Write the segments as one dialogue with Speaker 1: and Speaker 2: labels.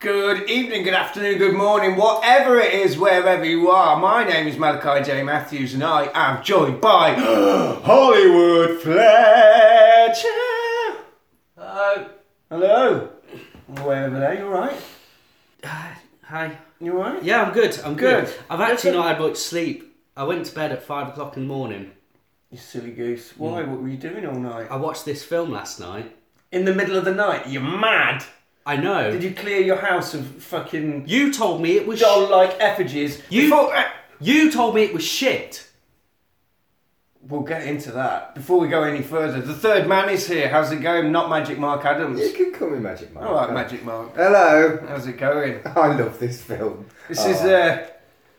Speaker 1: Good evening, good afternoon, good morning, whatever it is, wherever you are. My name is Malachi J. Matthews, and I am joined by Hollywood Fletcher.
Speaker 2: Hello.
Speaker 1: Hello. Way over there, you alright?
Speaker 2: Hi.
Speaker 1: You alright?
Speaker 2: Yeah, I'm good. I'm good.
Speaker 1: Good.
Speaker 2: I've actually not had much sleep. I went to bed at five o'clock in the morning.
Speaker 1: You silly goose.
Speaker 2: Mm.
Speaker 1: Why? What were you doing all night?
Speaker 2: I watched this film last night.
Speaker 1: In the middle of the night? You're mad.
Speaker 2: I know.
Speaker 1: Did
Speaker 2: You...
Speaker 1: you clear your house of fucking
Speaker 2: told me it was. Sh-
Speaker 1: doll like effigies?
Speaker 2: You-
Speaker 1: Before- eh,
Speaker 2: you told me it was shit.
Speaker 1: We'll get into that. Before we go any further, the third man is here. How's it going? Not Magic Mark Adams.
Speaker 3: You can call me Magic Mark.
Speaker 1: All right, Magic Mark.
Speaker 3: Hello.
Speaker 1: How's it going?
Speaker 3: I love this film.
Speaker 1: This
Speaker 3: Oh.
Speaker 1: is uh,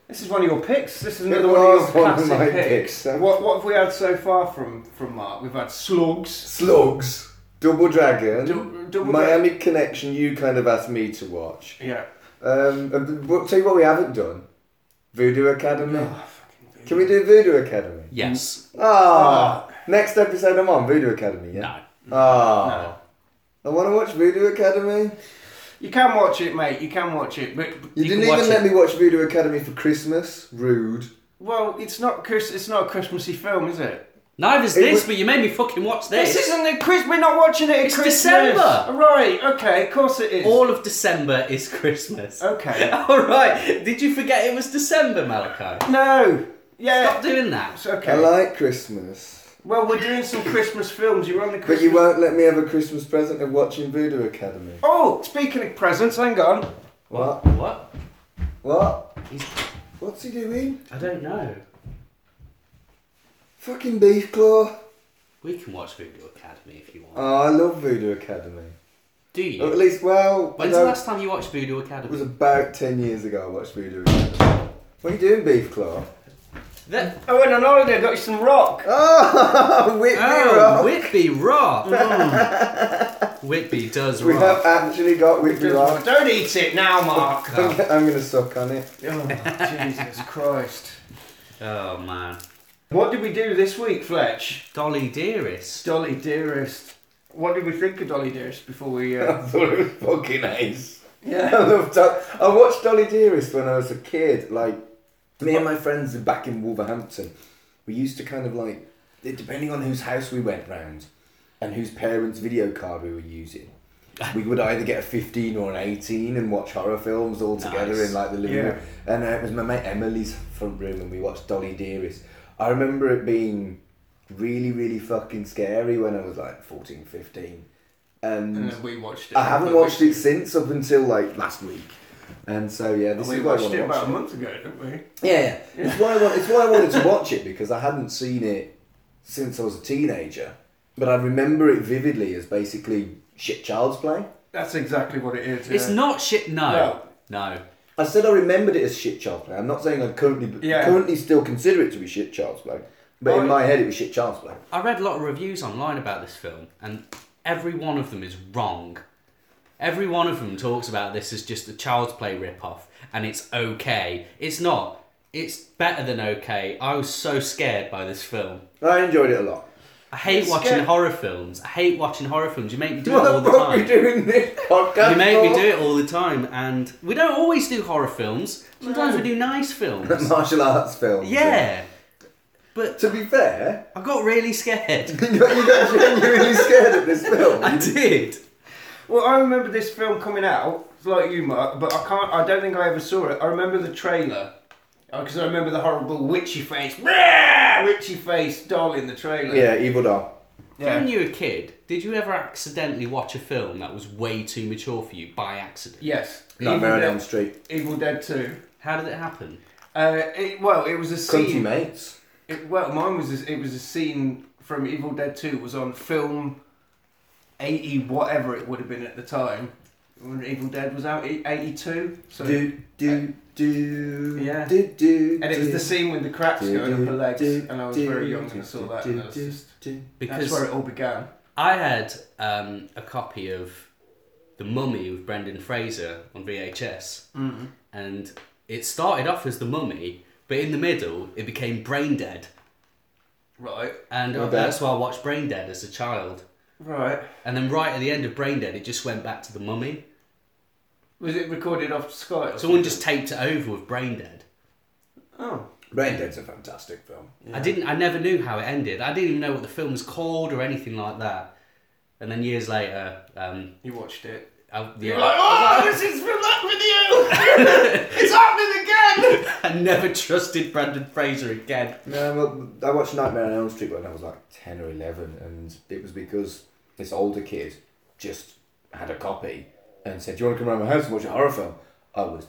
Speaker 1: this is one of your picks. This is another
Speaker 3: It
Speaker 1: one of your
Speaker 3: was one of
Speaker 1: classic
Speaker 3: my
Speaker 1: picks.
Speaker 3: picks, um.
Speaker 1: What what have we had so far from from Mark? We've had slugs.
Speaker 3: Slugs. Double Dragon.
Speaker 1: Du- Double
Speaker 3: Miami Connection. You kind of asked me to watch.
Speaker 1: Yeah.
Speaker 3: Um, and but tell you what we haven't done. Voodoo Academy.
Speaker 1: fucking
Speaker 3: Can we do Voodoo Academy?
Speaker 2: Yes.
Speaker 3: Ah. Next episode I'm on Voodoo Academy. Yeah.
Speaker 2: No.
Speaker 3: Ah. I want to watch Voodoo Academy.
Speaker 1: You can watch it, mate. You can watch it, but
Speaker 3: You,
Speaker 2: You
Speaker 3: didn't
Speaker 2: can watch
Speaker 3: even let
Speaker 2: it.
Speaker 3: me watch Voodoo Academy for Christmas. Rude.
Speaker 1: well, it's not Chris. It's not a Christmassy film, is it?
Speaker 2: Neither is this,
Speaker 3: was-
Speaker 2: but you made me fucking watch this.
Speaker 1: This isn't a Chris. We're not watching it at
Speaker 2: It's
Speaker 1: Christmas.
Speaker 2: December.
Speaker 1: Right. Okay. Of course it is.
Speaker 2: All of December is Christmas.
Speaker 1: Okay.
Speaker 2: All right. Did you forget it was December, Malachi?
Speaker 1: no. Yeah.
Speaker 2: Stop doing that.
Speaker 1: It's okay.
Speaker 3: I like Christmas.
Speaker 1: Well, we're doing some Christmas films. You're on the Christmas.
Speaker 3: But you won't let me have a Christmas present of watching Voodoo Academy.
Speaker 1: Oh, speaking of presents, hang on.
Speaker 3: What?
Speaker 2: What?
Speaker 3: What?
Speaker 2: He's-
Speaker 3: What's he doing?
Speaker 2: I don't know.
Speaker 3: Fucking beef claw.
Speaker 2: We can watch Voodoo Academy if you want.
Speaker 3: Oh, I love Voodoo Academy.
Speaker 2: Do you?
Speaker 3: Or at least, well,
Speaker 2: When's
Speaker 3: uh, no,
Speaker 2: the last time you watched Voodoo
Speaker 3: it was
Speaker 2: Academy?
Speaker 3: about ten years ago. I watched Voodoo Academy. What are you doing, beef claw?
Speaker 2: That-
Speaker 1: I went on holiday, got you some rock.
Speaker 3: Oh, Whitney
Speaker 2: Oh,
Speaker 3: Rock. Mm.
Speaker 2: Whitby Rock. Whitby does
Speaker 3: we have
Speaker 2: rock.
Speaker 3: actually got Whitney Rock.
Speaker 1: Don't eat it now, Mark. oh,
Speaker 3: I'm gonna suck on it.
Speaker 1: Jesus Christ.
Speaker 2: Oh man,
Speaker 1: What did we do this week, Fletch?
Speaker 2: Dolly Dearest.
Speaker 1: Dolly Dearest. What did we think of Dolly Dearest before we.
Speaker 3: I
Speaker 1: Uh...
Speaker 3: thought it was fucking ace. I
Speaker 1: yeah.
Speaker 3: loved that. I watched Dolly Dearest when I was a kid. Like me and my friends back in Wolverhampton, we used to kind of like it- depending on whose house we went round and whose parents' video card we were using. We would either get a fifteen or an eighteen and watch horror films all together
Speaker 2: Nice.
Speaker 3: in like the living
Speaker 1: Yeah.
Speaker 3: room. And uh, it was my mate Emily's front room, and we watched Dolly Dearest. I remember it being really, really fucking scary when I was like 14, 15.
Speaker 1: And then Uh, we watched it.
Speaker 3: I haven't watched it since up until like last week. And so yeah, this
Speaker 1: We
Speaker 3: is why I
Speaker 1: watched
Speaker 3: want
Speaker 1: it
Speaker 3: to
Speaker 1: about a
Speaker 3: watch it.
Speaker 1: month ago, didn't we?
Speaker 3: Yeah, yeah. It's why I want, it's why I wanted to watch it because I hadn't seen it since I was a teenager. But I remember it vividly as basically shit child's play.
Speaker 1: That's exactly what it is.
Speaker 2: It's
Speaker 1: yeah.
Speaker 2: not shit. No, no.
Speaker 3: I said I remembered it as shit child's play. I'm not saying I currently
Speaker 1: Yeah.
Speaker 3: currently still consider it to be shit child's play. But
Speaker 1: Oh,
Speaker 3: in my head it was shit child's play.
Speaker 2: I read a lot of reviews online about this film, and every one of them is wrong. Every one of them talks about this as just a child's play rip-off, and it's okay. It's not. It's better than okay. I was so scared by this film.
Speaker 3: I enjoyed it a lot.
Speaker 2: I hate
Speaker 1: It's
Speaker 2: watching
Speaker 1: scared-
Speaker 2: horror films. I hate watching horror films. You make me do it
Speaker 3: What
Speaker 2: all
Speaker 3: the
Speaker 2: the
Speaker 3: fuck are
Speaker 2: time.
Speaker 3: we doing this podcast?
Speaker 2: You make me
Speaker 3: for?
Speaker 2: do it all the time, and we don't always do horror films. Sometimes we do nice films.
Speaker 3: Martial arts films.
Speaker 2: yeah, but
Speaker 3: To be fair,
Speaker 2: I got really scared.
Speaker 3: you got you got genuinely scared at this film.
Speaker 2: I did.
Speaker 1: Well, I remember this film coming out, like you, Mark, but I can't. I don't think I ever saw it. I remember the trailer because I remember the horrible witchy face, rah, witchy face doll in the trailer.
Speaker 3: Yeah, Evil Doll.
Speaker 2: When
Speaker 1: yeah,
Speaker 2: you were a kid, did you ever accidentally watch a film that was way too mature for you by accident?
Speaker 1: yes.
Speaker 3: Nightmare on Elm
Speaker 1: Dead,
Speaker 3: Street.
Speaker 1: Evil Dead Two.
Speaker 2: How did it happen?
Speaker 1: Uh, it, well, it was a
Speaker 3: Country
Speaker 1: scene.
Speaker 3: Mates.
Speaker 1: It, well, mine was. A, it was a scene from Evil Dead Two. Was on film eighty, whatever it would have been at the time. When Evil Dead was out, eighty two. So
Speaker 3: Do do do.
Speaker 1: Yeah.
Speaker 3: Do do.
Speaker 1: And it was
Speaker 3: do,
Speaker 1: the scene with the cracks
Speaker 3: do,
Speaker 1: going up her
Speaker 3: do,
Speaker 1: legs,
Speaker 3: do,
Speaker 1: and I was
Speaker 3: do,
Speaker 1: very young
Speaker 3: do,
Speaker 1: when I saw
Speaker 3: do,
Speaker 1: that.
Speaker 3: do,
Speaker 1: And I was
Speaker 3: do,
Speaker 1: just,
Speaker 3: do.
Speaker 1: that's
Speaker 2: Because
Speaker 1: where it all began.
Speaker 2: I had um, a copy of The Mummy with Brendan Fraser on VHS,
Speaker 1: Mm-hmm.
Speaker 2: and it started off as The Mummy, but in the middle it became Brain Dead.
Speaker 1: Right,
Speaker 2: And uh,
Speaker 3: Okay.
Speaker 2: that's why I watched Brain Dead as a child.
Speaker 1: right.
Speaker 2: And then right at the end of Brain Dead, it just went back to the mummy.
Speaker 1: Was it recorded off Skype? or
Speaker 2: Someone
Speaker 1: something?
Speaker 2: just taped it over with Brain Dead.
Speaker 1: Oh.
Speaker 3: Brain Dead's a fantastic film.
Speaker 2: I didn't. I never knew how it ended. I didn't even know what the film was called or anything like that. And then years later, um,
Speaker 1: You watched it.
Speaker 2: I,
Speaker 1: You're
Speaker 2: yeah,
Speaker 1: like, oh, this is from that video! it's happening again!
Speaker 2: I never trusted Brandon Fraser again.
Speaker 3: No, well, Um, I watched Nightmare on Elm Street when I was like 10 or 11, and it was because this older kid just had a copy and said, Do you want to come around my house and watch a horror film? I was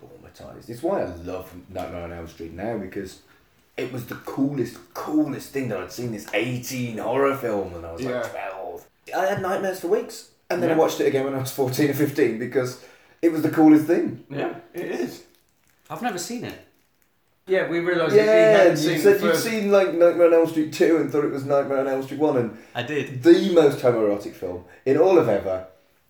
Speaker 3: traumatized. It's why I love Nightmare on Elm Street now because it was the coolest, coolest thing that I'd seen this 18 horror film when I was
Speaker 1: Yeah.
Speaker 3: like 12. I had nightmares for weeks, and then I
Speaker 1: Yeah.
Speaker 3: watched it again when I was 14 or 15 because it was the coolest thing.
Speaker 1: Yeah, it is.
Speaker 2: I've never seen it.
Speaker 1: Yeah, we realised that he
Speaker 3: Yeah,
Speaker 1: hadn't
Speaker 3: you
Speaker 1: seen
Speaker 3: said
Speaker 1: the
Speaker 3: you'd
Speaker 1: first...
Speaker 3: seen like Nightmare on Elm Street 2 and thought it was Nightmare on Elm Street 1 and
Speaker 2: I did.
Speaker 3: the most homoerotic film in all of ever.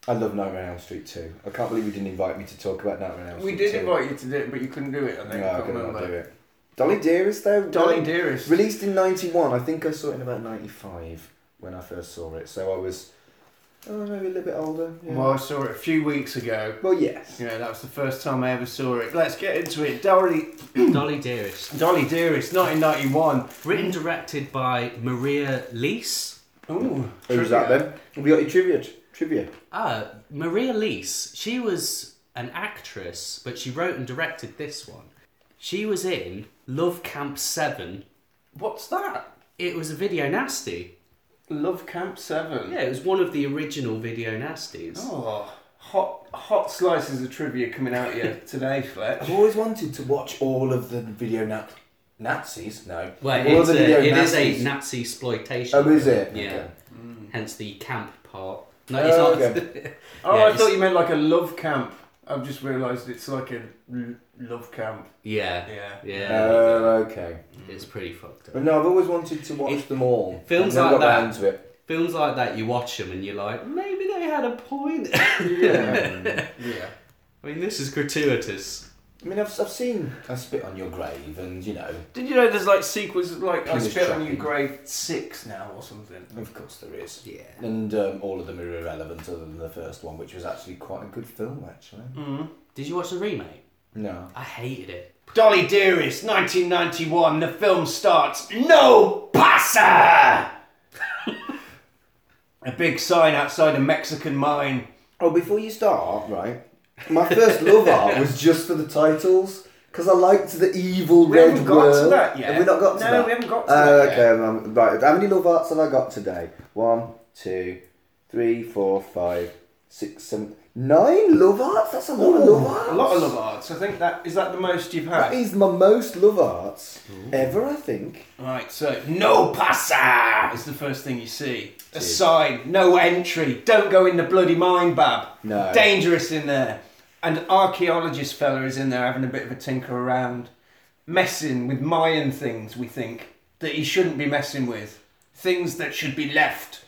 Speaker 3: I love Nightmare on Elm Street 2. I can't believe you didn't invite me to talk about Nightmare on Elm Street
Speaker 1: We did
Speaker 3: 2.
Speaker 1: invite you to do it, but you couldn't do it, I think.
Speaker 3: No,
Speaker 1: I
Speaker 3: I
Speaker 1: can't
Speaker 3: could not
Speaker 1: remember.
Speaker 3: do it. Dolly Dearest, though.
Speaker 1: Dolly
Speaker 3: um,
Speaker 1: Dearest.
Speaker 3: Released in 91. I think I saw it in about 95 when I first saw it. So I was, oh, maybe a little bit older. Yeah.
Speaker 1: Well, I saw it a few weeks ago.
Speaker 3: well, yes.
Speaker 1: Yeah, that was the first time I ever saw it. Let's get into it. Dolly,
Speaker 2: Dolly Dearest,
Speaker 1: Dolly Dearest, 1991.
Speaker 2: written and directed by Maria Lees.
Speaker 1: Ooh,
Speaker 3: Who's that
Speaker 1: trivia.
Speaker 3: then? Have you got your trivia? Trivia.
Speaker 2: Ah, Maria Lees. She was an actress, but she wrote and directed this one. She was in Love Camp Seven.
Speaker 1: What's that?
Speaker 2: It was a video nasty.
Speaker 1: Love Camp 7.
Speaker 2: Yeah, it was one of the original video nasties.
Speaker 1: Oh, hot, hot slices of trivia coming out here today, Fletch.
Speaker 3: I've always wanted to watch all of the video nat- Nazis. No.
Speaker 2: Well,
Speaker 3: all
Speaker 2: it's
Speaker 3: of the
Speaker 2: a,
Speaker 3: video
Speaker 2: it is
Speaker 3: Nazis.
Speaker 2: a Nazi exploitation.
Speaker 3: Oh, is it?
Speaker 2: Yeah.
Speaker 3: Okay.
Speaker 2: Hence the camp part. No, it's
Speaker 3: Oh,
Speaker 2: not.
Speaker 1: Oh,
Speaker 2: Yeah,
Speaker 1: I
Speaker 2: it's-
Speaker 1: thought you meant like a love camp. I've just realised it's like a l- love camp.
Speaker 2: yeah.
Speaker 1: Yeah.
Speaker 2: Yeah.
Speaker 3: Oh, okay.
Speaker 1: Mm.
Speaker 2: it's pretty fucked up.
Speaker 3: But no, I've always wanted to watch
Speaker 2: It-
Speaker 3: them all.
Speaker 2: films
Speaker 3: I've never
Speaker 2: like
Speaker 3: got
Speaker 2: that-
Speaker 3: round to it.
Speaker 2: Films like that, you watch them and you're like, maybe they had a point.
Speaker 1: Yeah. yeah.
Speaker 2: I mean, this is gratuitous.
Speaker 3: I mean, I've, I've seen I Spit on Your Grave and, you know.
Speaker 1: Did you know there's like sequels like I
Speaker 3: Penis
Speaker 1: Spit on You
Speaker 3: Jockey.
Speaker 1: Grade 6 now or something?
Speaker 3: Of course there is.
Speaker 2: Yeah.
Speaker 3: And um, all of them are irrelevant other than the first one, which was actually quite a good film, actually.
Speaker 1: Mm.
Speaker 2: Did you watch the remake?
Speaker 3: No.
Speaker 2: I hated it.
Speaker 1: Dolly Dearest, 1991, the film starts. No pasa! a big sign outside a Mexican mine.
Speaker 3: Oh, before you start, right? My first love art was just for the titles. Because I liked the evil
Speaker 1: We
Speaker 3: red
Speaker 1: haven't got to
Speaker 3: world.
Speaker 1: that yet.
Speaker 3: Have we not got to
Speaker 1: No,
Speaker 3: that?
Speaker 1: we haven't got to
Speaker 3: Oh,
Speaker 1: that
Speaker 3: okay,
Speaker 1: yet.
Speaker 3: um, right. How many love arts have I got today? One, two, three, four, five, six, seven, nine love arts. That's a lot of love arts.
Speaker 1: A lot of love arts. I think that is that the most you've had.
Speaker 3: That is my most love arts ever, I think.
Speaker 1: Right, so no pasa is the first thing you see. A
Speaker 3: Cheers.
Speaker 1: sign, no entry, don't go in the bloody mine, bab.
Speaker 3: No.
Speaker 1: Dangerous in there. An archaeologist fella is in there having a bit of a tinker around, messing with Mayan things, we think, that he shouldn't be messing with. Things that should be left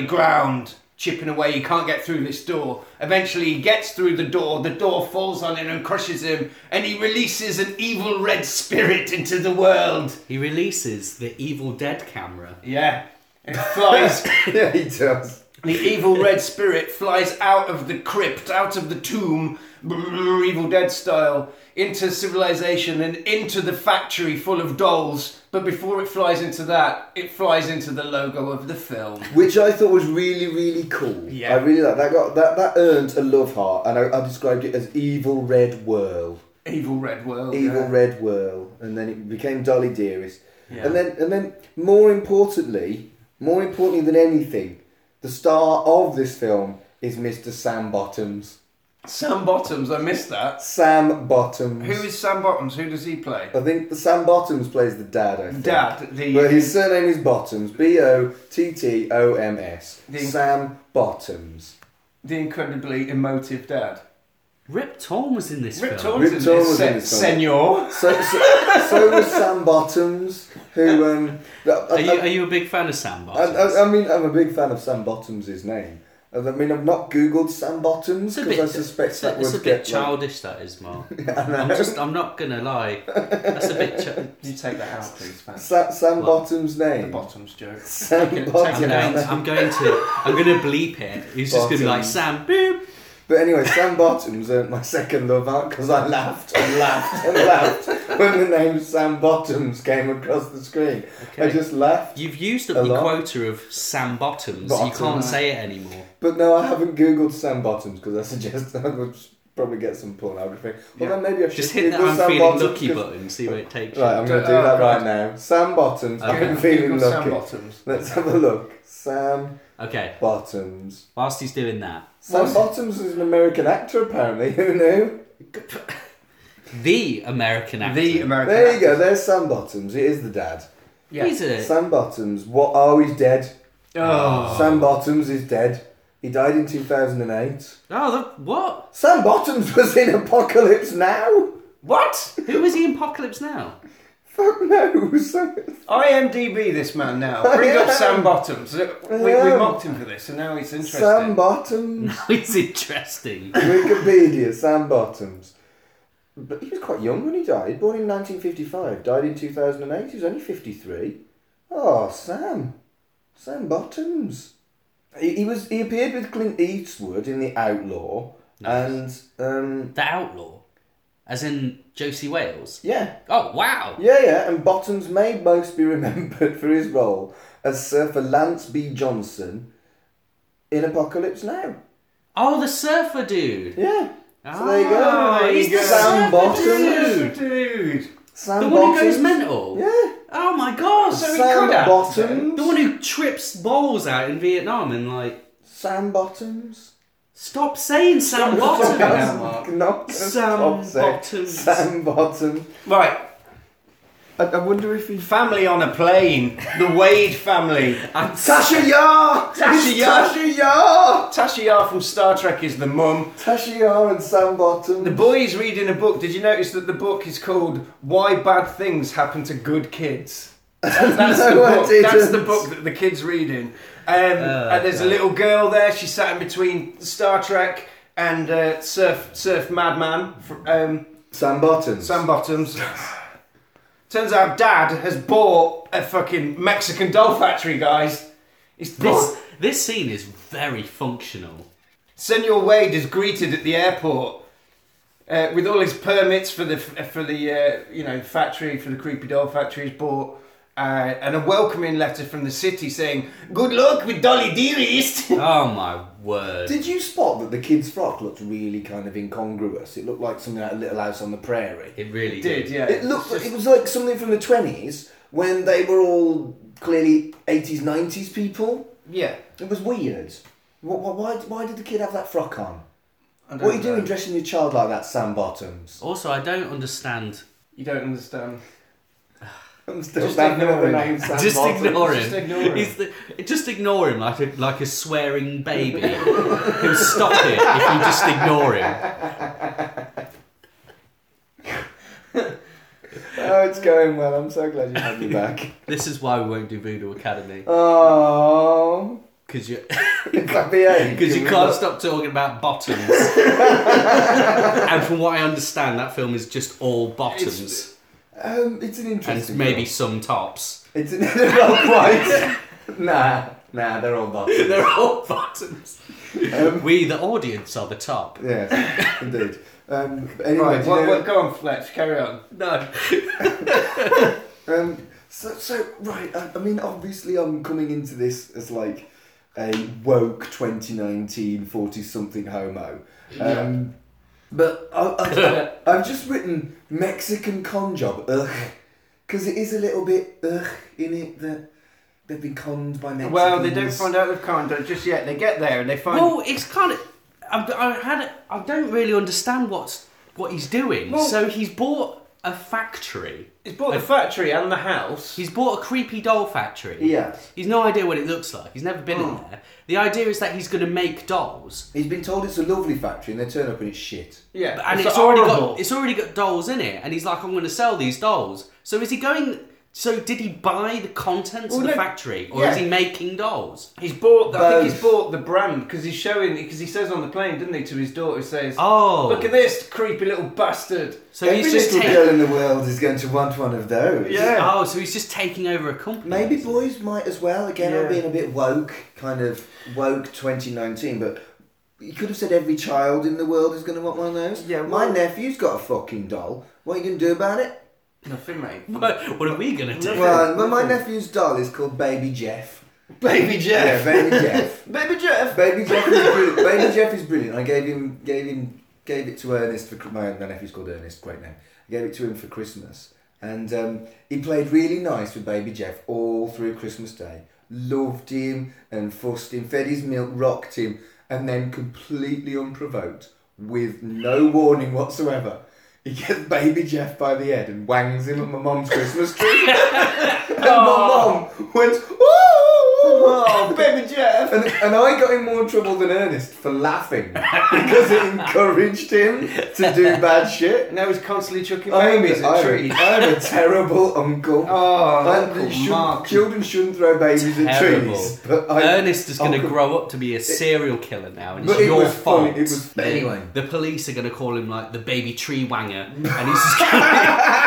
Speaker 1: underground, chipping away. He can't get through this door. Eventually, he gets through the door, the door falls on him and crushes him, and he releases an evil red spirit into the world.
Speaker 2: He releases the Evil Dead camera.
Speaker 1: Yeah. It flies.
Speaker 3: yeah, he does.
Speaker 1: the evil red spirit flies out of the crypt, out of the tomb, brrr, Evil Dead style, into civilization and into the factory full of dolls. But before it flies into that, it flies into the logo of the film.
Speaker 3: Which I thought was really, really cool.
Speaker 1: Yeah.
Speaker 3: I really like that. Got that. That earned a love heart, and I, I described it as evil red whirl,
Speaker 1: Evil Red World.
Speaker 3: evil
Speaker 1: yeah.
Speaker 3: red whirl, and then it became Dolly Dearest,
Speaker 1: Yeah.
Speaker 3: and then and then more importantly, more importantly than anything, the star of this film is Mr. Sam Bottoms.
Speaker 1: Sam Bottoms, I missed that.
Speaker 3: Sam Bottoms.
Speaker 1: Who is Sam Bottoms? Who does he play?
Speaker 3: I think the Sam Bottoms plays the dad. I think.
Speaker 1: Dad, the
Speaker 3: But his surname is Bottoms. B O T T O M S.
Speaker 1: The-
Speaker 3: Sam Bottoms.
Speaker 1: the incredibly emotive dad.
Speaker 2: Rip Torn was in this
Speaker 1: Rip
Speaker 2: film.
Speaker 1: Torn's in
Speaker 3: Rip Torn
Speaker 1: this,
Speaker 3: was in
Speaker 1: se-
Speaker 3: this film.
Speaker 1: senor.
Speaker 3: So, so, so was Sam Bottoms, who um. I, I,
Speaker 2: Are you, are you a big fan of Sam
Speaker 3: I,
Speaker 2: Bottoms?
Speaker 3: I, I mean, I'm a big fan of Sam Bottoms' name. I mean, I've not googled Sam Bottoms
Speaker 2: It's a
Speaker 3: because
Speaker 2: bit,
Speaker 3: I suspect
Speaker 2: it's a,
Speaker 3: that
Speaker 2: it's
Speaker 3: would
Speaker 2: a bit
Speaker 3: get like,
Speaker 2: childish. That is, Mark. I'm just. I'm not gonna lie. That's a bit. Ch-
Speaker 1: You take that out, please, man.
Speaker 3: Sa- Sam Bottoms'
Speaker 1: The
Speaker 3: name.
Speaker 1: Bottoms joke.
Speaker 3: Sam
Speaker 1: Take it-
Speaker 3: Bottoms.
Speaker 1: take
Speaker 2: I'm
Speaker 1: it out.
Speaker 2: going. I'm going to. I'm gonna bleep it. He's just gonna be like
Speaker 3: Bottoms.
Speaker 2: Sam. Boop.
Speaker 3: But anyway, Sam Bottoms earned my second love out because I laughed and laughed and laughed when the name Sam Bottoms came across the screen. I
Speaker 2: Okay.
Speaker 3: just laughed.
Speaker 2: You've used
Speaker 3: A
Speaker 2: up your
Speaker 3: lot.
Speaker 2: quota of Sam Bottoms. you
Speaker 3: Bottom,
Speaker 2: can't
Speaker 3: right.
Speaker 2: say it anymore.
Speaker 3: But no, I haven't googled Sam Bottoms because I suggest I would probably get some porn out of it. Well, then maybe I should
Speaker 2: Just hit that
Speaker 3: Google
Speaker 2: I'm
Speaker 3: Sam
Speaker 2: feeling
Speaker 3: Bottoms
Speaker 2: lucky
Speaker 3: 'cause-
Speaker 2: button. See where it takes you.
Speaker 3: Right, I'm going to do
Speaker 1: Oh,
Speaker 3: that right
Speaker 1: God.
Speaker 3: now. Sam Bottoms,
Speaker 2: Okay.
Speaker 3: I'm feeling
Speaker 1: Google Sam
Speaker 3: lucky.
Speaker 1: Bottoms.
Speaker 3: Let's have a look. Sam
Speaker 2: Okay.
Speaker 3: Bottoms.
Speaker 2: Whilst he's doing that,
Speaker 3: Sam
Speaker 1: Was-
Speaker 3: Bottoms is an American actor, apparently. Who knew?
Speaker 2: the American actor.
Speaker 1: The American.
Speaker 3: There you go.
Speaker 1: actor.
Speaker 3: There's Sam Bottoms. It is the dad.
Speaker 1: Yeah.
Speaker 2: He's a
Speaker 3: Sam Bottoms. What? Oh, he's dead.
Speaker 1: Oh.
Speaker 3: Sam Bottoms is dead. He died in 2008.
Speaker 2: oh the, what?
Speaker 3: Sam Bottoms was in Apocalypse Now.
Speaker 1: What?
Speaker 2: Who is he in Apocalypse Now?
Speaker 3: Fuck knows.
Speaker 1: IMDb this man now. Bring up Sam Bottoms. We, we
Speaker 3: Yeah.
Speaker 1: mocked him for this, and now it's interesting.
Speaker 3: Sam Bottoms.
Speaker 2: Now he's interesting.
Speaker 3: Wikipedia, Sam Bottoms. But he was quite young when he died. Born in 1955, died in 2008. He was only 53. Oh, Sam. Sam Bottoms. He, he was. He appeared with Clint Eastwood in The Outlaw, and um,
Speaker 2: The Outlaw, as in Josie Wales.
Speaker 3: yeah,
Speaker 2: Oh wow!
Speaker 3: yeah, yeah. And Bottoms may most be remembered for his role as Surfer Lance B. Johnson in Apocalypse Now.
Speaker 2: Oh, the surfer dude.
Speaker 3: Yeah. oh, So there you go.
Speaker 2: Ah,
Speaker 1: there you
Speaker 2: he's
Speaker 1: go.
Speaker 2: the surfer
Speaker 3: Sam
Speaker 2: dude.
Speaker 3: Bottoms.
Speaker 1: Dude.
Speaker 3: Sam
Speaker 2: The one
Speaker 3: Bottoms.
Speaker 2: who goes mental.
Speaker 3: Yeah.
Speaker 2: Oh my god!
Speaker 1: So he
Speaker 3: Sam
Speaker 1: could act,
Speaker 3: Bottoms.
Speaker 2: the one who trips balls out in Vietnam and like,
Speaker 3: Sam Bottoms.
Speaker 2: stop saying Sam Bottoms.
Speaker 1: Bottoms. Mark.
Speaker 3: Not
Speaker 2: Sam
Speaker 3: stop saying-
Speaker 2: Bottoms.
Speaker 3: Sam Bottoms.
Speaker 1: Right.
Speaker 3: I, I wonder if he.
Speaker 1: Family on a plane. The Wade family.
Speaker 2: I'm
Speaker 3: Tasha Yar.
Speaker 1: Tasha
Speaker 3: It's
Speaker 1: Yar!
Speaker 3: Tasha Yar.
Speaker 1: Tasha Yar from Star Trek is the mum.
Speaker 3: Tasha Yar and Sam Bottoms.
Speaker 1: The boy is reading a book. Did you notice that the book is called Why Bad Things Happen to Good Kids? That- That's,
Speaker 3: No,
Speaker 1: the,
Speaker 3: I
Speaker 1: book. that's
Speaker 3: didn't.
Speaker 1: the book that the kid's reading. Um, and there's a little girl there. She's sat in between Star Trek and uh, Surf Surf Madman, fr- um,
Speaker 3: Sam Bottoms.
Speaker 1: Sam Bottoms. Turns out Dad has bought a fucking Mexican doll factory, guys. He's
Speaker 2: This this scene is very functional.
Speaker 1: Senor Wade is greeted at the airport uh, with all his permits for the for the uh, you know factory for the creepy doll factory he's bought. Uh, and a welcoming letter from the city saying, "Good luck with Dolly Dearest."
Speaker 2: Oh my word!
Speaker 3: Did you spot that the kid's frock looked really kind of incongruous? It looked like something out of Little House on the Prairie.
Speaker 2: It really did.
Speaker 1: Did yeah?
Speaker 3: It looked. It was like something from the twenties when they were all clearly eighties, nineties people.
Speaker 1: yeah.
Speaker 3: It was weird. What, what, why, why did the kid have that frock on?
Speaker 1: I don't
Speaker 3: What are you
Speaker 1: know.
Speaker 3: doing dressing your child like that, Sam Bottoms?
Speaker 2: Also, I don't understand.
Speaker 1: You don't understand.
Speaker 3: I'm still
Speaker 1: Just
Speaker 3: thinking of
Speaker 1: ignore
Speaker 3: the
Speaker 1: him.
Speaker 3: name Sam
Speaker 2: just
Speaker 3: Bottoms.
Speaker 2: ignore him.
Speaker 1: Just ignore him.
Speaker 2: He's the, just ignore him like a like a swearing baby. He'll stop it if you just ignore him.
Speaker 3: Oh, it's going well. I'm so glad you had me back.
Speaker 2: This is why we won't do Voodoo Academy
Speaker 3: Oh,
Speaker 2: because you
Speaker 3: if I behave,
Speaker 2: because you
Speaker 3: can we
Speaker 2: can't
Speaker 3: not-
Speaker 2: stop talking about bottoms. and from what I understand, that film is just all bottoms
Speaker 1: It's-
Speaker 3: Um, it's an
Speaker 2: and
Speaker 3: interesting.
Speaker 2: maybe some
Speaker 3: film.
Speaker 2: tops.
Speaker 3: it's an they're not quite. nah, nah, they're all bottoms.
Speaker 2: They're all bottoms.
Speaker 3: Um,
Speaker 2: We, the audience, are the top.
Speaker 3: yeah, indeed. Um, but anyway,
Speaker 1: Right,
Speaker 3: do you
Speaker 1: well,
Speaker 3: know-
Speaker 1: well, go on, Fletch. Carry on.
Speaker 2: No.
Speaker 3: Um, so, so right, um, I, I mean, obviously, I'm coming into this as like a woke 2019 40 something homo. Um, but I, I, I've just written Mexican con job, ugh, because it is a little bit ugh in it that they've been conned by Mexicans.
Speaker 1: Well, they don't find out they've condoms just yet. They get there and they find.
Speaker 2: Well, it's kind of. I, I had. I don't really understand what's what he's doing.
Speaker 1: Well-
Speaker 2: so he's bought a factory.
Speaker 1: he's bought the factory and the house.
Speaker 2: He's bought a creepy doll factory.
Speaker 3: Yeah.
Speaker 2: He's no idea what it looks like. He's never been
Speaker 1: Oh.
Speaker 2: in there. The idea is that he's going to make dolls,
Speaker 3: He's been told it's a lovely factory, and they turn up and it's shit.
Speaker 1: yeah,
Speaker 2: and it's, already
Speaker 1: horrible.
Speaker 2: got it's already got dolls in it. And he's like, I'm going to sell these dolls. So is he going? So did he buy the contents
Speaker 1: Well,
Speaker 2: of the
Speaker 1: no-
Speaker 2: factory, or
Speaker 1: yeah.
Speaker 2: is he making dolls?
Speaker 1: He's bought. The, I think he's
Speaker 3: Both.
Speaker 1: bought the brand because he's showing. Because he says on the plane, didn't he, to his daughter, he says,
Speaker 2: Oh.
Speaker 1: look at this creepy little bastard."
Speaker 2: So
Speaker 3: Every
Speaker 2: he's just
Speaker 3: little
Speaker 2: taking.
Speaker 3: girl in the world is going to want one of those.
Speaker 1: Yeah.
Speaker 2: Oh, so he's just taking over a company.
Speaker 3: Maybe boys might as well. Again, I'm
Speaker 1: Yeah.
Speaker 3: being a bit woke, kind of woke 2019, but You could have said every child in the world is going to want one of those.
Speaker 1: Yeah,
Speaker 3: my
Speaker 1: well-
Speaker 3: nephew's got a fucking doll. What are you going to do about it?
Speaker 1: Nothing, mate.
Speaker 2: But what are we gonna do?
Speaker 3: Well, my- my nephew's doll is called Baby Jeff.
Speaker 1: Baby
Speaker 3: Yeah,
Speaker 1: Jeff.
Speaker 3: Baby Jeff.
Speaker 1: Baby Jeff.
Speaker 3: Baby Jeff is brilliant. Baby Jeff is brilliant. I gave him gave him gave it to Ernest for Chri- my, my nephew's called Ernest. Great name. I gave it to him for Christmas, and um, he played really nice with Baby Jeff all through Christmas Day. Loved him and fussed him, fed his milk, rocked him, and then completely unprovoked, with no warning whatsoever, he gets Baby Jeff by the head and wangs him at my mum's Christmas tree. and my mum went, "Ooh!"
Speaker 1: Oh, Baby Jeff.
Speaker 3: And, and I got in more trouble than Ernest for laughing because it encouraged him to do bad shit.
Speaker 1: Now he's constantly chucking
Speaker 3: I'm,
Speaker 1: babies at
Speaker 3: I'm,
Speaker 1: trees.
Speaker 3: I'm a terrible uncle.
Speaker 1: Oh,
Speaker 3: I'm-
Speaker 1: Uncle
Speaker 3: should-
Speaker 1: Mark.
Speaker 3: Children shouldn't throw babies
Speaker 2: Terrible.
Speaker 3: at trees. But I,
Speaker 2: Ernest is going to grow up to be a serial killer now, and it's
Speaker 3: But it
Speaker 2: your
Speaker 3: was
Speaker 2: fault.
Speaker 3: funny, it was- but anyway.
Speaker 2: The police are going to call him like the baby tree wanger, and he's just going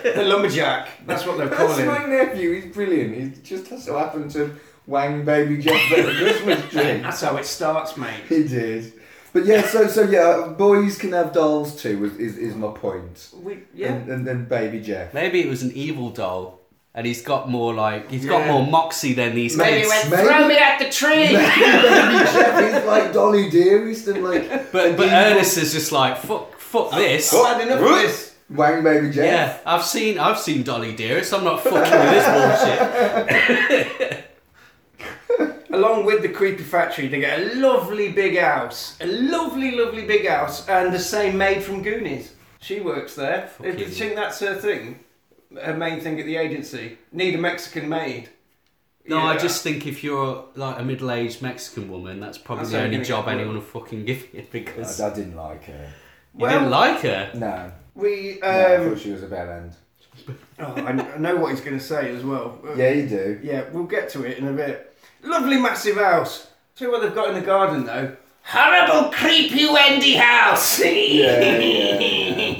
Speaker 1: The lumberjack. That's what they're
Speaker 3: That's
Speaker 1: calling.
Speaker 3: my
Speaker 1: him.
Speaker 3: nephew. He's brilliant. He just has so happened to wang baby Jeff at the Christmas tree.
Speaker 1: That's how it starts, mate.
Speaker 3: He did. But yeah, so so yeah, boys can have dolls too. Is is, is my point.
Speaker 1: We, yeah.
Speaker 3: And, and then baby Jeff.
Speaker 2: Maybe it was an evil doll, and he's got more like he's got
Speaker 1: Yeah.
Speaker 2: more moxie than these
Speaker 3: Maybe
Speaker 2: kids.
Speaker 3: when- Throw
Speaker 1: me at the tree.
Speaker 3: baby Jeff is like Dolly Dearest and like
Speaker 2: but but
Speaker 3: evil- Oh,
Speaker 2: Ernest is just like fuck fuck this.
Speaker 1: I've had enough of this.
Speaker 3: Wang Baby Jeff.
Speaker 2: Yeah, I've seen I've seen Dolly Dearest. I'm not fucking with this bullshit.
Speaker 1: Along with the creepy factory, they get a lovely big house, a lovely, lovely big house, and the same maid from Goonies. She works there.
Speaker 2: Fucking-
Speaker 1: Do you think that's her thing? Her main thing at the agency. Need a Mexican maid.
Speaker 2: No, I
Speaker 1: Yeah.
Speaker 2: just think if you're like a middle-aged Mexican woman, that's probably
Speaker 1: That's
Speaker 2: the
Speaker 1: only
Speaker 2: only
Speaker 1: gonna
Speaker 2: job
Speaker 1: get
Speaker 2: anyone will fucking give you because
Speaker 3: I, I didn't like her.
Speaker 2: you didn't
Speaker 1: Well-
Speaker 2: like her.
Speaker 3: No,
Speaker 1: We.
Speaker 3: no I
Speaker 1: Um,
Speaker 3: thought she was a bad end.
Speaker 1: oh, I I know what he's going to say as well. Uh,
Speaker 3: Yeah, you do.
Speaker 1: Yeah, we'll get to it in a bit. Lovely massive house. See what they've got in the garden though. Horrible creepy Wendy house.
Speaker 3: Yeah, yeah.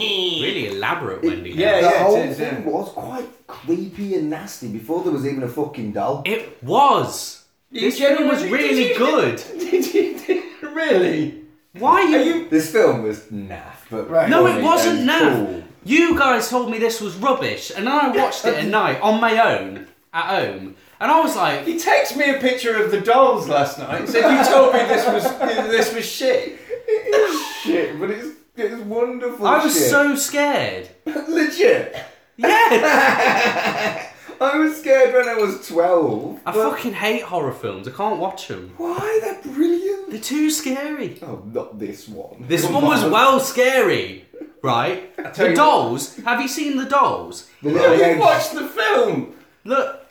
Speaker 2: Really elaborate, Wendy.
Speaker 1: yeah,
Speaker 3: The
Speaker 2: Howard.
Speaker 3: whole
Speaker 1: it is,
Speaker 3: thing
Speaker 1: yeah.
Speaker 3: was quite creepy and nasty before there was even a fucking doll.
Speaker 2: It was. This film was
Speaker 1: Did
Speaker 2: really
Speaker 1: you-
Speaker 2: good.
Speaker 1: Did you, really?
Speaker 2: Why
Speaker 1: Are
Speaker 2: you?
Speaker 1: you?
Speaker 3: This film was naff, but
Speaker 1: Right.
Speaker 2: No,
Speaker 3: funny
Speaker 2: it wasn't
Speaker 3: and
Speaker 2: now.
Speaker 3: cool.
Speaker 2: You guys told me this was rubbish, and then I watched it at night on my own at home, and I was like,
Speaker 1: He takes me a picture of the dolls last night. and Said you told me this was this was shit.
Speaker 3: Shit, but it's it's wonderful.
Speaker 2: I was
Speaker 3: shit.
Speaker 2: so scared.
Speaker 3: legit.
Speaker 2: Yeah,
Speaker 3: I was scared when I was twelve.
Speaker 2: I
Speaker 3: but-
Speaker 2: fucking hate horror films. I can't watch them.
Speaker 3: Why? They're brilliant.
Speaker 2: They're too scary.
Speaker 3: Oh, not this one.
Speaker 2: This
Speaker 3: Come
Speaker 2: one was
Speaker 3: on.
Speaker 2: well scary, right?
Speaker 1: tell
Speaker 2: The
Speaker 1: you what-
Speaker 2: dolls. Have you seen the dolls?
Speaker 3: The
Speaker 1: Oh,
Speaker 3: little
Speaker 1: you
Speaker 3: legs.
Speaker 1: watched the film
Speaker 2: Look,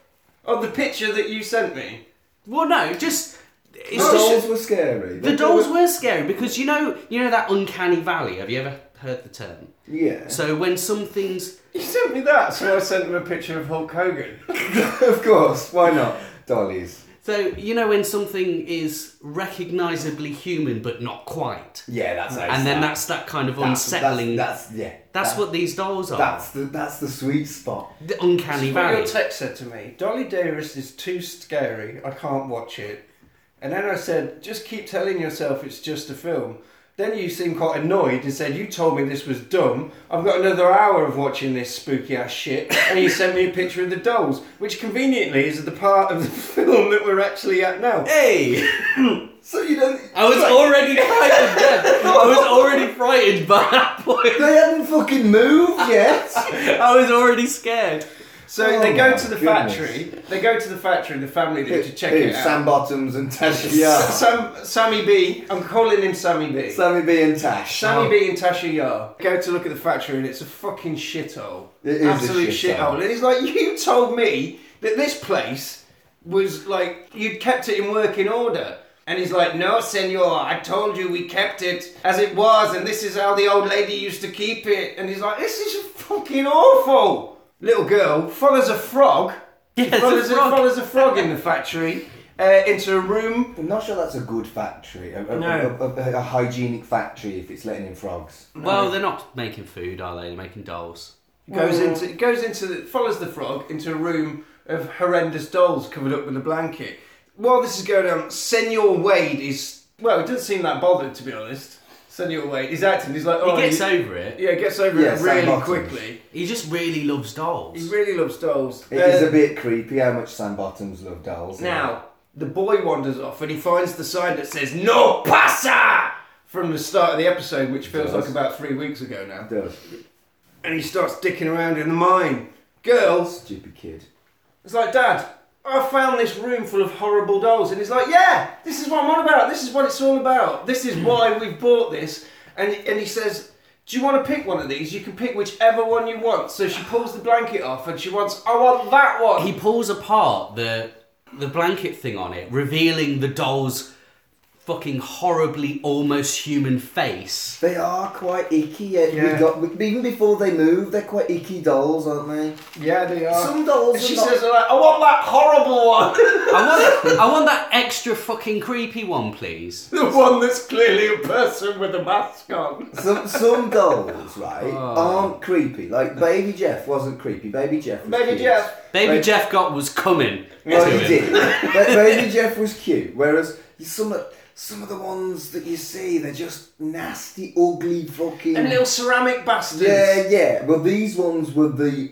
Speaker 1: of the picture that you sent me.
Speaker 2: well, no, just it's
Speaker 3: The
Speaker 2: just-
Speaker 3: dolls were scary.
Speaker 2: The dolls were scary because you know you know that uncanny valley. Have you ever heard the term?
Speaker 3: Yeah.
Speaker 2: So when something's
Speaker 1: You sent me that, so I sent him a picture of Hulk Hogan.
Speaker 3: of course. Why not? Dollies.
Speaker 2: so you know when something is recognizably human but not quite,
Speaker 3: Yeah, that's how
Speaker 2: and then that's that kind of unsettling. That's,
Speaker 3: That's, that's yeah. that-
Speaker 2: what these dolls are.
Speaker 3: That's the that's the sweet spot.
Speaker 2: the uncanny
Speaker 1: What
Speaker 2: valley.
Speaker 1: your text said to me, Dolly Dearest is too scary, I can't watch it. And then I said, just keep telling yourself it's just a film. Then you seemed quite annoyed and said, you told me this was dumb. I've got another hour of watching this spooky ass shit. And you sent me a picture of the dolls, which conveniently is the part of the film that we're actually at now.
Speaker 2: hey,
Speaker 3: So you don't.
Speaker 2: I was already frightened. Then. I was already frightened by that point.
Speaker 3: They hadn't fucking moved yet.
Speaker 2: I was already scared.
Speaker 1: So
Speaker 3: Oh
Speaker 1: they go
Speaker 3: my
Speaker 1: to the
Speaker 3: goodness.
Speaker 1: factory. They go to the factory, the family do, to check
Speaker 3: Who?
Speaker 1: it
Speaker 3: Sam
Speaker 1: out.
Speaker 3: Bottoms and Tasha.
Speaker 1: S-
Speaker 3: Yeah.
Speaker 1: Sam, Sammy B. I'm calling him Sammy B.
Speaker 3: Sammy B and Tash. Oh.
Speaker 1: Sammy B and Tasha Yar go to look at the factory and it's a fucking shithole.
Speaker 3: It is a
Speaker 1: Absolute
Speaker 3: shithole.
Speaker 1: shithole. And it's like, you told me that this place was like, you'd kept it in working order. And he's like, no, senor, I told you we kept it as it was and this is how the old lady used to keep it. And he's like, this is fucking awful. Little girl follows a frog.
Speaker 2: Yeah, it's a
Speaker 1: follows,
Speaker 2: frog.
Speaker 1: follows a frog in the factory uh, into a room.
Speaker 3: I'm not sure that's a good factory. A, a,
Speaker 1: No.
Speaker 3: a, a, a hygienic factory if it's letting in frogs.
Speaker 2: Well, they're not making food, are they? They're making dolls.
Speaker 3: Oh.
Speaker 1: goes into goes into the, follows the frog into a room of horrendous dolls covered up with a blanket. While this is going on, Senor Wade is Well, it doesn't seem that bothered to be honest. Send you away. He's acting. He's like, oh,
Speaker 2: he gets
Speaker 1: you-
Speaker 2: over it.
Speaker 1: yeah, gets over
Speaker 3: Yeah,
Speaker 1: it
Speaker 3: Sam
Speaker 1: really
Speaker 3: Bottoms.
Speaker 1: quickly.
Speaker 2: He just really loves dolls.
Speaker 1: He really loves dolls.
Speaker 3: It is
Speaker 1: Uh,
Speaker 3: a bit creepy how much Sam Bottoms love dolls.
Speaker 1: Now, the boy wanders off and he finds the sign that says No Pasa! From the start of the episode, which feels
Speaker 3: Does.
Speaker 1: like about three weeks ago now.
Speaker 3: It does.
Speaker 1: And he starts dicking around in the mine. Girls,
Speaker 3: Stupid kid.
Speaker 1: it's like, Dad, I found this room full of horrible dolls. And he's like, Yeah, this is what I'm on about. This is what it's all about. This is why we've bought this. And, and he says, do you want to pick one of these? You can pick whichever one you want. So she pulls the blanket off and she wants, I want that one.
Speaker 2: he pulls apart the the blanket thing on it, revealing the doll's fucking horribly almost human face.
Speaker 3: They are quite icky. Yet
Speaker 1: Yeah.
Speaker 3: we got even before they move, they're quite icky dolls, aren't they?
Speaker 1: yeah, they are.
Speaker 3: Some dolls.
Speaker 1: And
Speaker 3: are
Speaker 1: she
Speaker 3: not-
Speaker 1: says, like, I want that horrible one.
Speaker 2: I want I want that extra fucking creepy one, please.
Speaker 1: The one that's clearly a person with a mask on.
Speaker 3: some some dolls, right,
Speaker 1: Oh.
Speaker 3: aren't creepy. Like Baby Jeff wasn't creepy. Baby Jeff. Was
Speaker 1: Baby
Speaker 3: cute.
Speaker 1: Jeff.
Speaker 2: Baby
Speaker 3: Right.
Speaker 2: Jeff got was coming.
Speaker 3: Well,
Speaker 2: to
Speaker 3: he
Speaker 2: him.
Speaker 3: did. Ba- Baby Jeff was cute, whereas some of, some of the ones that you see, they're just nasty, ugly, fucking.
Speaker 1: Them little ceramic bastards.
Speaker 3: yeah, yeah. Well, these ones were the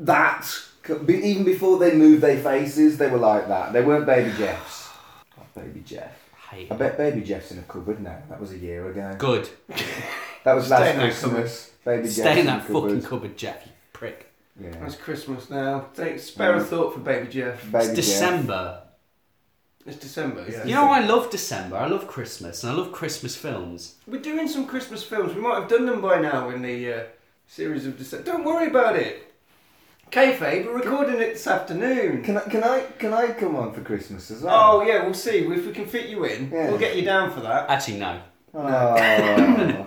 Speaker 3: that c- be- even before they moved their faces, they were like that. They weren't Baby Jeffs. Oh, Baby Jeff.
Speaker 2: Hate
Speaker 3: I
Speaker 2: him.
Speaker 3: bet Baby Jeff's in a cupboard now. That was a year ago.
Speaker 2: Good.
Speaker 3: That was
Speaker 1: Stay
Speaker 3: last
Speaker 1: in that
Speaker 3: Christmas. Baby Jeff's
Speaker 2: Stay in that
Speaker 3: a cupboard.
Speaker 2: fucking cupboard, Jeff, you prick.
Speaker 3: Yeah.
Speaker 1: That's Christmas now. Take, spare a thought for Baby Jeff.
Speaker 3: Baby
Speaker 2: It's
Speaker 3: Jeff.
Speaker 2: December.
Speaker 1: It's December, yeah.
Speaker 2: You know I love December. I love Christmas and I love Christmas films.
Speaker 1: We're doing some Christmas films. We might have done them by now in the uh, series of December. Don't worry about it. Kayfabe, we're recording it this afternoon.
Speaker 3: Can I, can I can I come on for Christmas as well?
Speaker 1: Oh, yeah, we'll see. If we can fit you in,
Speaker 3: Yeah.
Speaker 1: we'll get you down for that.
Speaker 2: Actually, no.
Speaker 3: Oh.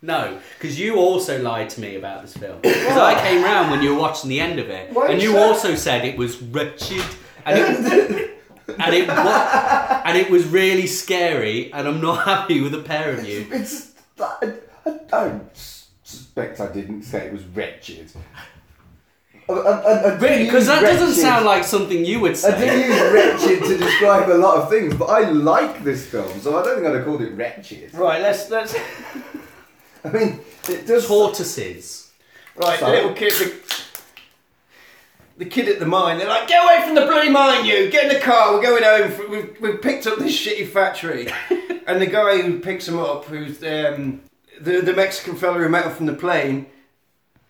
Speaker 2: No, because you also lied to me about this film. Because I came round when you were watching the end of it,
Speaker 3: Why
Speaker 2: and
Speaker 3: is
Speaker 2: you
Speaker 3: that?
Speaker 2: also said it was wretched, and it, and it wa- and it was really scary, and I'm not happy with a pair of you.
Speaker 3: It's. I, I don't s- suspect I didn't say it was wretched. I, I, I,
Speaker 2: Because that doesn't sound like something you would
Speaker 3: I do
Speaker 2: say.
Speaker 3: use wretched to describe a lot of things, but I like this film, so I don't think I'd have called it wretched.
Speaker 1: Right, let's. let's
Speaker 3: I mean, it does.
Speaker 2: Tortoises.
Speaker 1: right, the
Speaker 3: Sorry.
Speaker 1: little kid. The, the kid at the mine, they're like, get away from the blue mine, you! Get in the car, we're going home. f- We've, we've picked up this shitty factory. and the guy who picks him up, who's um, the, the Mexican fella who met him from the plane,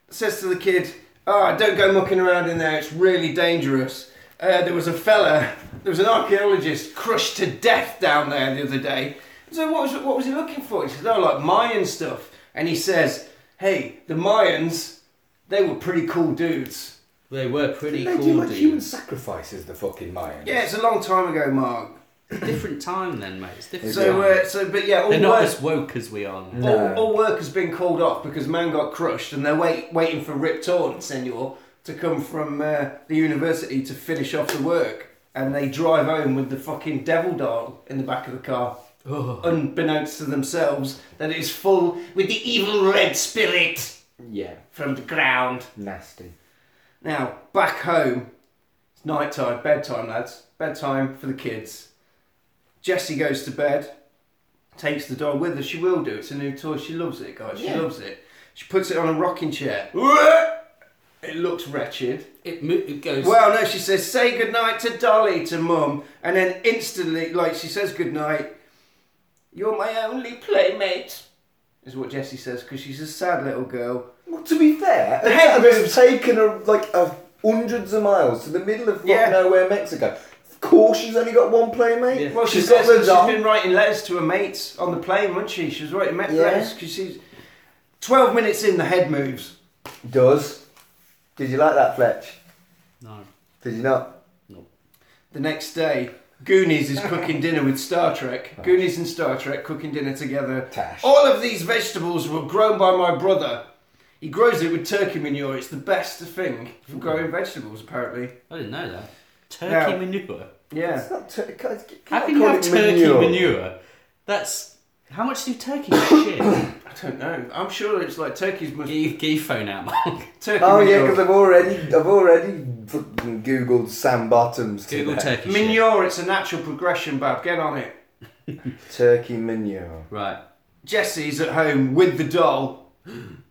Speaker 1: says to the kid, Ah, don't go mucking around in there, it's really dangerous. Uh, there was a fella, there was an archaeologist crushed to death down there the other day. So, what was, what was he looking for? He says, Oh, like Mayan stuff. And he says, Hey, the Mayans, they were pretty cool dudes.
Speaker 2: They were pretty
Speaker 3: They
Speaker 2: cool,
Speaker 3: do like human
Speaker 2: dudes.
Speaker 3: sacrifices, the fucking Mayans.
Speaker 1: Yeah, it's a long time ago, Mark.
Speaker 2: Different time then, mate. It's different.
Speaker 1: So,
Speaker 2: time.
Speaker 1: uh, so but yeah, all
Speaker 2: they're not
Speaker 1: work,
Speaker 2: as woke as we are. Now.
Speaker 1: all,
Speaker 3: No.
Speaker 1: all work has been called off because man got crushed, and they're wait, waiting for Rip Torn Senor to come from uh, the university to finish off the work. And they drive home with the fucking devil doll in the back of the car,
Speaker 2: Ugh.
Speaker 1: unbeknownst to themselves, that it is full with the evil red spirit
Speaker 3: Yeah,
Speaker 1: from the ground.
Speaker 3: nasty.
Speaker 1: Now, back home, it's night time, bedtime, lads. Bedtime for the kids. Jessie goes to bed, takes the doll with her. She will do. It's a new toy. She loves it, guys. She
Speaker 3: Yeah.
Speaker 1: loves it. She puts it on a rocking chair. It looks wretched.
Speaker 2: It, mo- it goes.
Speaker 1: Well, no, she says, say goodnight to Dolly, to mum. And then instantly, like, she says goodnight. You're my only playmate, is what Jessie says, because she's a sad little girl.
Speaker 3: Well, to be fair,
Speaker 1: The head
Speaker 3: it's
Speaker 1: moves.
Speaker 3: taken a, like a hundreds of miles to the middle of
Speaker 1: Yeah.
Speaker 3: yeah. nowhere, Mexico. Of course, she's only got one playmate.
Speaker 2: Yeah.
Speaker 1: Well, she
Speaker 3: she's
Speaker 1: says
Speaker 3: got the
Speaker 1: that
Speaker 3: doll.
Speaker 1: she's been writing letters to her mates on the plane, wasn't she? She was writing met-
Speaker 3: Yeah.
Speaker 1: letters because she's. 12 minutes in, the head moves.
Speaker 3: Does. Did you like that, Fletch?
Speaker 2: no.
Speaker 3: Did you not?
Speaker 1: The next day, Goonies is cooking dinner with Star Trek. Goonies and Star Trek cooking dinner together.
Speaker 3: Tash.
Speaker 1: All of these vegetables were grown by my brother. He grows it with turkey manure. It's the best thing for growing vegetables, apparently.
Speaker 2: I didn't know that. Turkey
Speaker 1: No.
Speaker 2: manure.
Speaker 1: Yeah.
Speaker 3: It's not tur- you can't- you
Speaker 2: How
Speaker 3: can't
Speaker 2: can you
Speaker 3: call
Speaker 2: have
Speaker 3: it
Speaker 2: turkey manure? That's how much do turkeys shit?
Speaker 1: I don't know. I'm sure it's like turkeys must.
Speaker 2: get, your, get your phone out, Mark.
Speaker 1: Turkey
Speaker 3: Oh yeah,
Speaker 1: manure.
Speaker 3: because I've already, I've already fucking googled Sam Bottoms.
Speaker 2: Google
Speaker 3: today.
Speaker 2: turkey shit.
Speaker 1: Manure, it's a natural progression, bub. Get on it.
Speaker 3: Turkey manure.
Speaker 2: Right.
Speaker 1: Jesse's at home with the doll,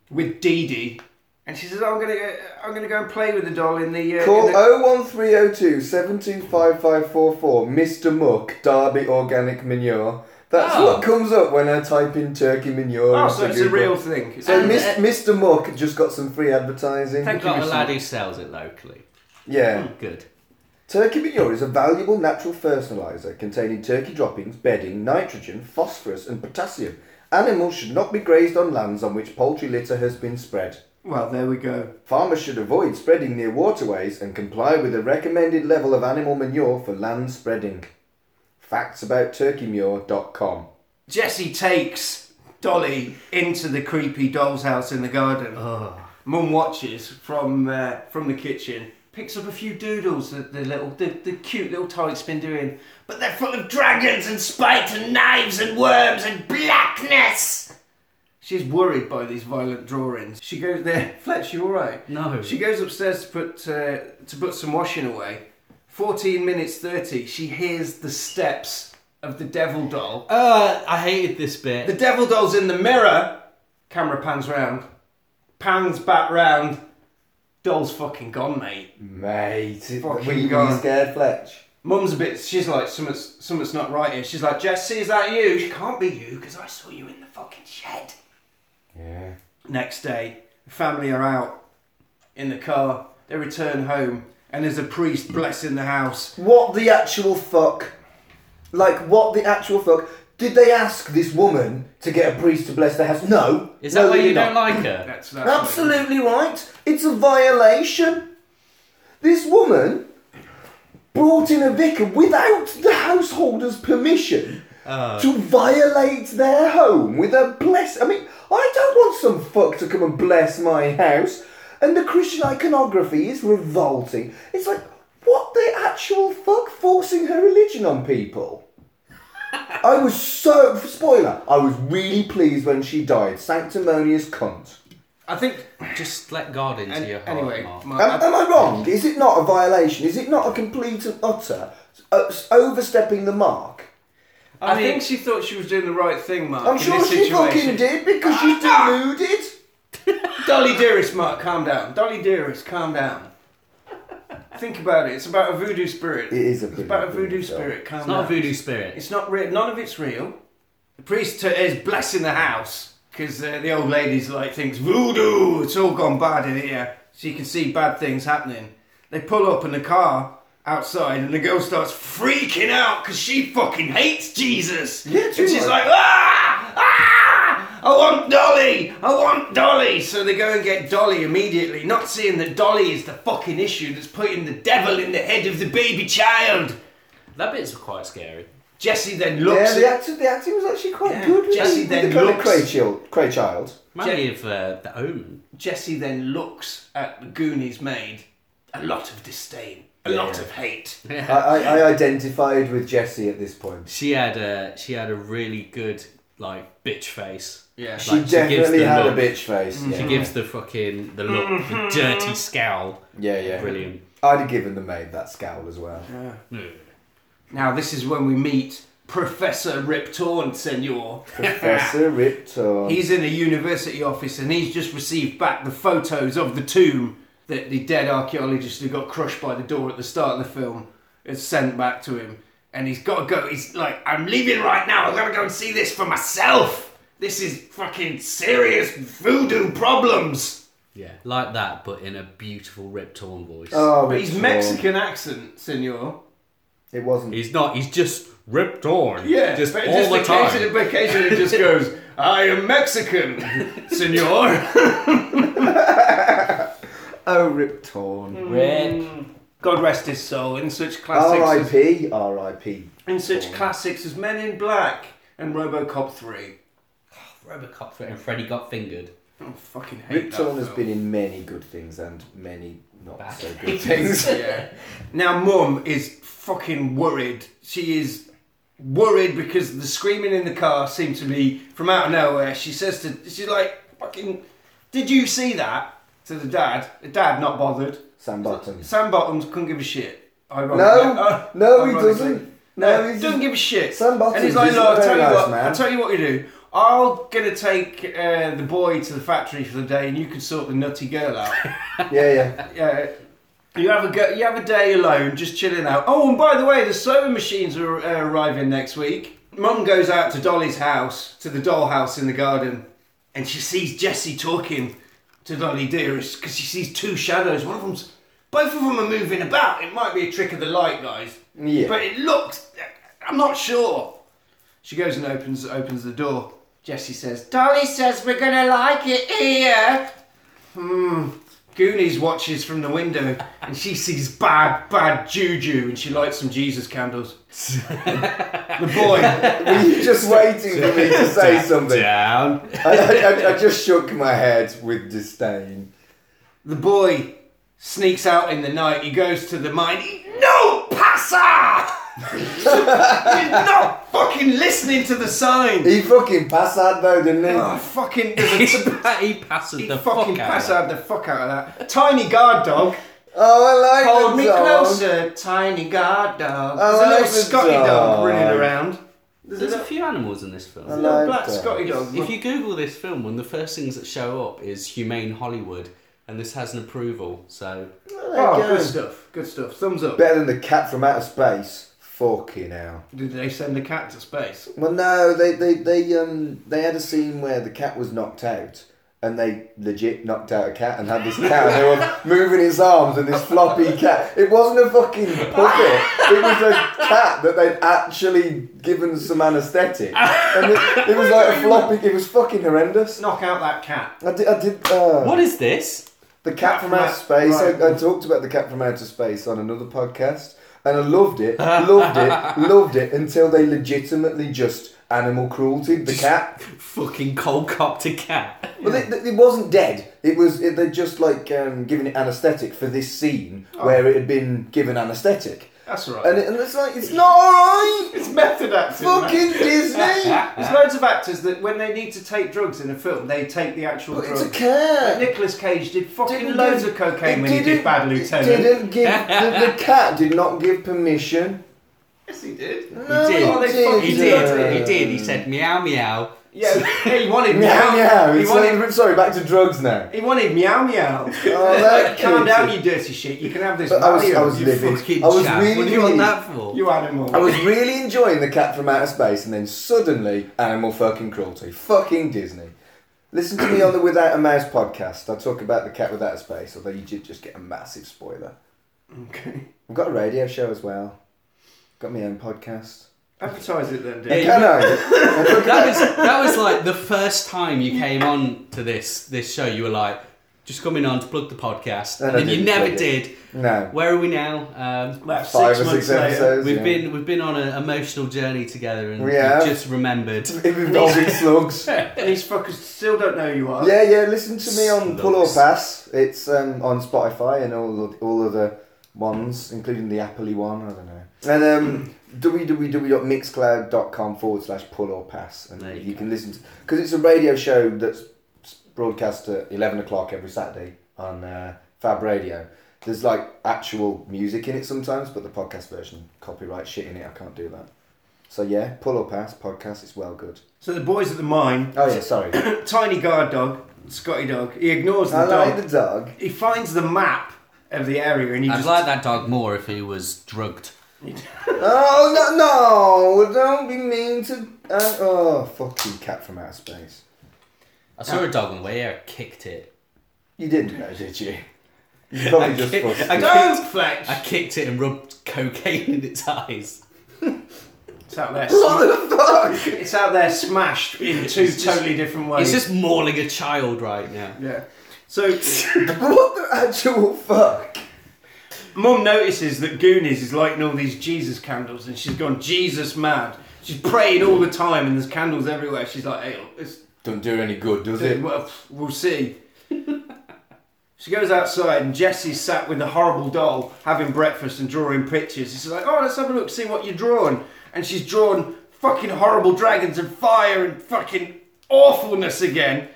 Speaker 1: with Dee Dee, and she says, "I'm gonna, go, I'm gonna go and play with the doll in the." Uh,
Speaker 3: Call
Speaker 1: in the-
Speaker 3: 01302 725544 Mr. Muck Derby Organic Manure. That's
Speaker 2: Oh.
Speaker 3: what comes up when I type in Turkey manure.
Speaker 1: oh,
Speaker 3: into
Speaker 1: so it's a
Speaker 3: Google.
Speaker 1: real thing. It's
Speaker 3: So
Speaker 1: a-
Speaker 2: And,
Speaker 3: Mis-
Speaker 2: uh,
Speaker 3: Mr. Muck just got some free advertising.
Speaker 1: Thank Hmm.
Speaker 2: We've got
Speaker 1: you,
Speaker 2: a
Speaker 1: Mr.
Speaker 2: lad who sells it locally.
Speaker 3: Yeah.
Speaker 2: Good.
Speaker 3: Turkey manure is a valuable natural fertilizer containing turkey droppings, bedding, nitrogen, phosphorus, and potassium. Animals should not be grazed on lands on which poultry litter has been spread.
Speaker 1: well, there we go.
Speaker 3: Farmers should avoid spreading near waterways and comply with the recommended level of animal manure for land spreading. Facts about turkeymanure.com.
Speaker 1: Jesse takes Dolly into the creepy doll's house in the garden. Mum watches from uh, from the kitchen, picks up a few doodles that the little the, the cute little tykes been doing, but they're full of dragons and spikes and knives and worms and blackness. She's worried by these violent drawings. She goes there. Fletch, you all right?
Speaker 2: No.
Speaker 1: She goes upstairs to put uh, to put some washing away. Fourteen minutes thirty. She hears the steps of the devil doll.
Speaker 2: Uh, I hated this bit.
Speaker 1: The devil doll's in the mirror. Camera pans round. Pans back round. Doll's fucking gone, mate.
Speaker 3: Mate, it-
Speaker 1: Fucking
Speaker 3: were you
Speaker 1: gone.
Speaker 3: scared, Fletch?
Speaker 1: Mum's a bit, she's like, something's, something's not right here. She's like, Jesse, is that you? She can't be you because I saw you in the fucking shed.
Speaker 3: Yeah.
Speaker 1: Next day, the family are out in the car. They return home and there's a priest blessing the house.
Speaker 3: What the actual fuck? Like, what the actual fuck? Did they ask this woman to get a priest to bless their house? No.
Speaker 2: Is that
Speaker 3: No,
Speaker 2: why
Speaker 3: they
Speaker 2: you
Speaker 3: did
Speaker 2: don't
Speaker 3: not.
Speaker 2: like her?
Speaker 1: That's, that's
Speaker 3: Absolutely right. It's a violation. This woman brought in a vicar without the householder's permission to violate their home with a bless. I mean, I don't want some fuck to come and bless my house. And the Christian iconography is revolting. It's like, what the actual fuck forcing her religion on people? I was so. Spoiler, I was really pleased when she died. Sanctimonious cunt.
Speaker 1: I think.
Speaker 2: Just let God into
Speaker 1: an-
Speaker 2: your heart.
Speaker 1: anyway,
Speaker 2: Mark.
Speaker 1: my-
Speaker 3: Am, am I wrong? Is it not a violation? Is it not a complete and utter uh, overstepping the mark?
Speaker 1: I,
Speaker 2: I mean-
Speaker 1: think she thought she was doing the right thing, Mark.
Speaker 3: I'm
Speaker 1: in
Speaker 3: sure
Speaker 1: this
Speaker 3: she
Speaker 1: situation. Ah,
Speaker 3: fucking did because she's deluded.
Speaker 1: Dolly Dearest, Mark, calm down. Dolly Dearest, calm down. Think about it. It's about a voodoo spirit.
Speaker 3: It is a
Speaker 1: It's about a voodoo
Speaker 3: voodoo
Speaker 1: spirit. Calm
Speaker 2: it's not a
Speaker 1: down.
Speaker 2: voodoo spirit.
Speaker 1: It's not real. None of it's real. The priest t- is blessing the house because uh, the old lady's like thinks voodoo. It's all gone bad in here. So you can see bad things happening. They pull up in the car outside, and the girl starts freaking out because she fucking hates Jesus.
Speaker 3: Yeah,
Speaker 1: and
Speaker 3: true,
Speaker 1: she's like,
Speaker 3: like-
Speaker 1: ah, ah, I want Dolly, I want Dolly. So they go and get Dolly immediately, not seeing that Dolly is the fucking issue that's putting the devil in the head of the baby child.
Speaker 2: That bit's quite scary.
Speaker 1: Jesse then
Speaker 3: Yeah,
Speaker 1: looks.
Speaker 3: the acting, the acting was actually quite
Speaker 1: Yeah,
Speaker 3: good. With
Speaker 1: Jesse
Speaker 3: the,
Speaker 1: then
Speaker 3: with the kind
Speaker 1: looks-
Speaker 3: of Craychild, Craychild.
Speaker 2: Reminds me of uh, the Omen.
Speaker 1: Jesse then looks at the Goonies made a lot of disdain, a lot of hate.
Speaker 3: I, I, I identified with Jesse at this point.
Speaker 2: She had a she had a really good like bitch face.
Speaker 1: Yeah.
Speaker 3: She
Speaker 2: Like, gives
Speaker 3: definitely
Speaker 2: the
Speaker 3: had
Speaker 2: look.
Speaker 3: a bitch face.
Speaker 1: Mm,
Speaker 3: Yeah.
Speaker 2: She gives the fucking the look, the dirty scowl.
Speaker 3: yeah, yeah.
Speaker 2: Brilliant.
Speaker 3: I'd have given the maid that scowl as well.
Speaker 1: Now, this is when we meet Professor Rip Torn, senor.
Speaker 3: Professor Ripton.
Speaker 1: He's in a university office and he's just received back the photos of the tomb that the dead archaeologist who got crushed by the door at the start of the film has sent back to him. And he's got to go. He's like, I'm leaving right now. I've got to go and see this for myself. This is fucking serious voodoo problems.
Speaker 2: Yeah, like that, but in a beautiful Rip Torn voice.
Speaker 3: Oh,
Speaker 1: But he's
Speaker 3: Ripton.
Speaker 1: Mexican accent, senor.
Speaker 3: It wasn't.
Speaker 2: He's not. He's just Rip Torn.
Speaker 1: Yeah,
Speaker 2: just all
Speaker 1: but
Speaker 2: the time.
Speaker 1: occasion- Occasionally, it just goes, "I am Mexican, senor."
Speaker 3: Oh, Ripton.
Speaker 1: God rest his soul. In such Mm. classics, as,
Speaker 3: R.I.P. R.I.P.
Speaker 1: in such classics as Men in Black and RoboCop Three.
Speaker 2: Robocop and Freddy got fingered.
Speaker 1: I fucking hate that
Speaker 3: Ripton has
Speaker 1: film.
Speaker 3: been in many good things and many not
Speaker 2: Bad
Speaker 3: so good things.
Speaker 1: yeah. Now, Mum is fucking worried. She is worried because the screaming in the car seemed to be from out of nowhere. She says to, she's like, "Fucking, did you see that?" To the dad. The dad not bothered.
Speaker 3: Sam Bottoms.
Speaker 1: Sam Bottoms couldn't give a shit. Ironically.
Speaker 3: No,
Speaker 1: Uh,
Speaker 3: no, he
Speaker 1: ironically.
Speaker 3: doesn't.
Speaker 1: No,
Speaker 3: he's
Speaker 1: don't
Speaker 3: just-
Speaker 1: give a shit.
Speaker 3: Sam Bartels
Speaker 1: and he's like,
Speaker 3: is
Speaker 1: look, I'll
Speaker 3: very
Speaker 1: tell you
Speaker 3: nice,
Speaker 1: what,
Speaker 3: man."
Speaker 1: I'll tell you what you do. I'm gonna take uh, the boy to the factory for the day, and you can sort the nutty girl out.
Speaker 3: Yeah, yeah.
Speaker 1: yeah, you have a go, you have a day alone, just chilling out. Oh, and by the way, the sewing machines are uh, arriving next week. Mum goes out to Dolly's house, to the dollhouse in the garden, and she sees Jessie talking to Dolly Dearest because she sees two shadows. One of them's both of them are moving about. It might be a trick of the light, guys.
Speaker 3: Yeah.
Speaker 1: But it looks. I'm not sure. She goes and opens opens the door. Jessie says, "Dolly says we're gonna like it here." Hmm. Goonies watches from the window and she sees bad, bad juju and she lights some Jesus candles. the boy.
Speaker 3: Were you just waiting for me to say something?
Speaker 2: Down.
Speaker 3: I, I, I just shook my head with disdain.
Speaker 1: The boy sneaks out in the night. He goes to the mine. No passer! You're not fucking listening to the sign.
Speaker 3: He fucking passed out though, didn't he?
Speaker 1: Oh, fucking. There's
Speaker 2: he
Speaker 1: a t-
Speaker 2: passes
Speaker 1: he
Speaker 2: the
Speaker 1: fucking
Speaker 2: fuck out.
Speaker 1: pass out the fuck out of that. Tiny guard dog.
Speaker 3: Oh, I like
Speaker 1: Hold
Speaker 3: the
Speaker 1: me
Speaker 3: dog.
Speaker 1: closer, tiny guard dog.
Speaker 3: I
Speaker 1: There's a little
Speaker 3: like the
Speaker 1: Scotty dog.
Speaker 3: dog.
Speaker 1: running around. There's,
Speaker 2: There's
Speaker 1: a
Speaker 2: a
Speaker 1: little,
Speaker 2: few animals in this film.
Speaker 3: I
Speaker 1: little
Speaker 3: like
Speaker 1: black
Speaker 3: that.
Speaker 1: Scotty dog.
Speaker 2: If you Google this film, one of the first things that show up is Humane Hollywood, and this has an approval. So
Speaker 1: Oh,
Speaker 3: Okay.
Speaker 1: good stuff. Good stuff. Thumbs up.
Speaker 3: Better than the cat from outer space. Fucking hell.
Speaker 1: Did they send the cat to space?
Speaker 3: Well, no, they they they um they had a scene where the cat was knocked out, and they legit knocked out a cat and had this cat, and they were moving its arms and this floppy cat. It wasn't a fucking puppet. It was a cat that they'd actually given some anaesthetic, and it, it was like a floppy. It was fucking horrendous.
Speaker 1: Knock out that cat.
Speaker 3: I did. I did uh,
Speaker 2: what is this?
Speaker 3: the Cat from Outer Space.
Speaker 1: Right.
Speaker 3: I, I talked about The Cat from Outer Space on another podcast, and I loved it, loved it, loved it until they legitimately just animal cruelty the cat.
Speaker 2: Fucking cold copter cat.
Speaker 3: Well, it, it wasn't dead. It was it, they're just like um, giving it anaesthetic for this scene where it had been given anaesthetic,
Speaker 1: That's all right.
Speaker 3: and, it, and it's like it's not alright.
Speaker 1: it's method acting. man.
Speaker 3: Fucking Disney.
Speaker 1: There's loads of actors that when they need to take drugs in a film, they take the actual
Speaker 3: But
Speaker 1: drug.
Speaker 3: it's a cat.
Speaker 1: Nicolas Cage did fucking
Speaker 3: Didn't
Speaker 1: loads
Speaker 3: give-
Speaker 1: of cocaine
Speaker 3: it
Speaker 1: when he did
Speaker 3: didn't-
Speaker 1: Bad
Speaker 3: it
Speaker 1: Lieutenant.
Speaker 3: Didn't give the, the cat did not give permission.
Speaker 1: Yes, he did.
Speaker 3: No,
Speaker 2: did.
Speaker 1: Oh, they fucking
Speaker 2: He did. He did. He said meow meow.
Speaker 1: Yeah, he wanted meow.
Speaker 3: Meow meow.
Speaker 1: He
Speaker 3: It's
Speaker 1: wanted,
Speaker 3: like- sorry, back to drugs now.
Speaker 1: he wanted meow meow.
Speaker 3: Oh, that
Speaker 1: Calm
Speaker 3: kid.
Speaker 1: down, you dirty shit. You can have this.
Speaker 3: But I was, I
Speaker 1: Mario,
Speaker 3: was
Speaker 1: you
Speaker 3: livid.
Speaker 2: Fucking
Speaker 3: I was
Speaker 2: chap.
Speaker 3: really,
Speaker 2: What do you want
Speaker 3: really-
Speaker 2: that for?
Speaker 1: You animal.
Speaker 3: I was really enjoying the cat from outer space, and then suddenly animal fucking cruelty, fucking Disney. Listen to me on the Without a Mouse podcast. I talk about the cat without a space, although you did just get a massive spoiler.
Speaker 1: Okay.
Speaker 3: I've got a radio show as well. Got my own podcast.
Speaker 1: Advertise it then, dude.
Speaker 2: Yeah,
Speaker 3: Can I? I talk
Speaker 2: that was that was like the first time you came on to this this show. You were like, just coming on to plug the podcast,
Speaker 3: And
Speaker 2: and
Speaker 3: I
Speaker 2: then you
Speaker 3: didn't
Speaker 2: never
Speaker 3: plug
Speaker 2: did.
Speaker 3: No.
Speaker 2: Where are we now? Um,
Speaker 1: About
Speaker 3: Five
Speaker 1: six
Speaker 3: or six
Speaker 1: months later.
Speaker 3: episodes.
Speaker 2: we've
Speaker 3: yeah.
Speaker 2: been we've been on an emotional journey together, and
Speaker 3: We
Speaker 2: we
Speaker 3: have.
Speaker 2: just remembered.
Speaker 3: It was involving slugs.
Speaker 1: And these fuckers still don't know who you are.
Speaker 3: Yeah, yeah. Listen to me on Pull or
Speaker 2: Slugs.
Speaker 3: Pass. It's um, on Spotify and all the, all other ones, including the Appley one. I don't know. And um, www.mixcloud.com forward slash Pull or Pass, and
Speaker 2: There
Speaker 3: you,
Speaker 2: you
Speaker 3: can listen because it's a radio show that's broadcast at eleven o'clock every Saturday on uh, Fab Radio. There's like actual music in it sometimes, but the podcast version copyright shit in it. I can't do that. So yeah, Pull or Pass podcast. It's well good.
Speaker 1: So the boys at the mine,
Speaker 3: Oh yeah, sorry.
Speaker 1: tiny guard dog, Scotty dog, he ignores the
Speaker 3: I
Speaker 1: dog.
Speaker 3: like the dog.
Speaker 1: He finds the map of the area and he
Speaker 2: I'd
Speaker 1: just.
Speaker 2: like that dog more if he was drugged.
Speaker 3: Oh no, no! Don't be mean to. Uh, oh, fuck you, cat from outer space.
Speaker 2: I saw a dog on the way here. I kicked it.
Speaker 3: You didn't know, did you? You probably just
Speaker 2: kick-
Speaker 3: fussed
Speaker 2: I
Speaker 3: it.
Speaker 2: kick-
Speaker 1: Don't flex!
Speaker 2: I kicked it and rubbed cocaine in its eyes.
Speaker 1: It's out there.
Speaker 3: What the fuck?
Speaker 1: It's out there smashed in two
Speaker 2: It's just-
Speaker 1: totally different ways.
Speaker 2: It's just mauling a child right now.
Speaker 1: Yeah. So,
Speaker 3: What the actual fuck?
Speaker 1: Mum notices that Goonies is lighting all these Jesus candles and she's gone Jesus mad. She's praying all the time and there's candles everywhere. She's like, hey, it's
Speaker 3: Don't do any good, does
Speaker 1: Well, we'll see. she goes outside and Jesse's sat with the horrible doll having breakfast and drawing pictures. She's like, oh, let's have a look, see what you're drawing. And she's drawn fucking horrible dragons and fire and fucking awfulness again.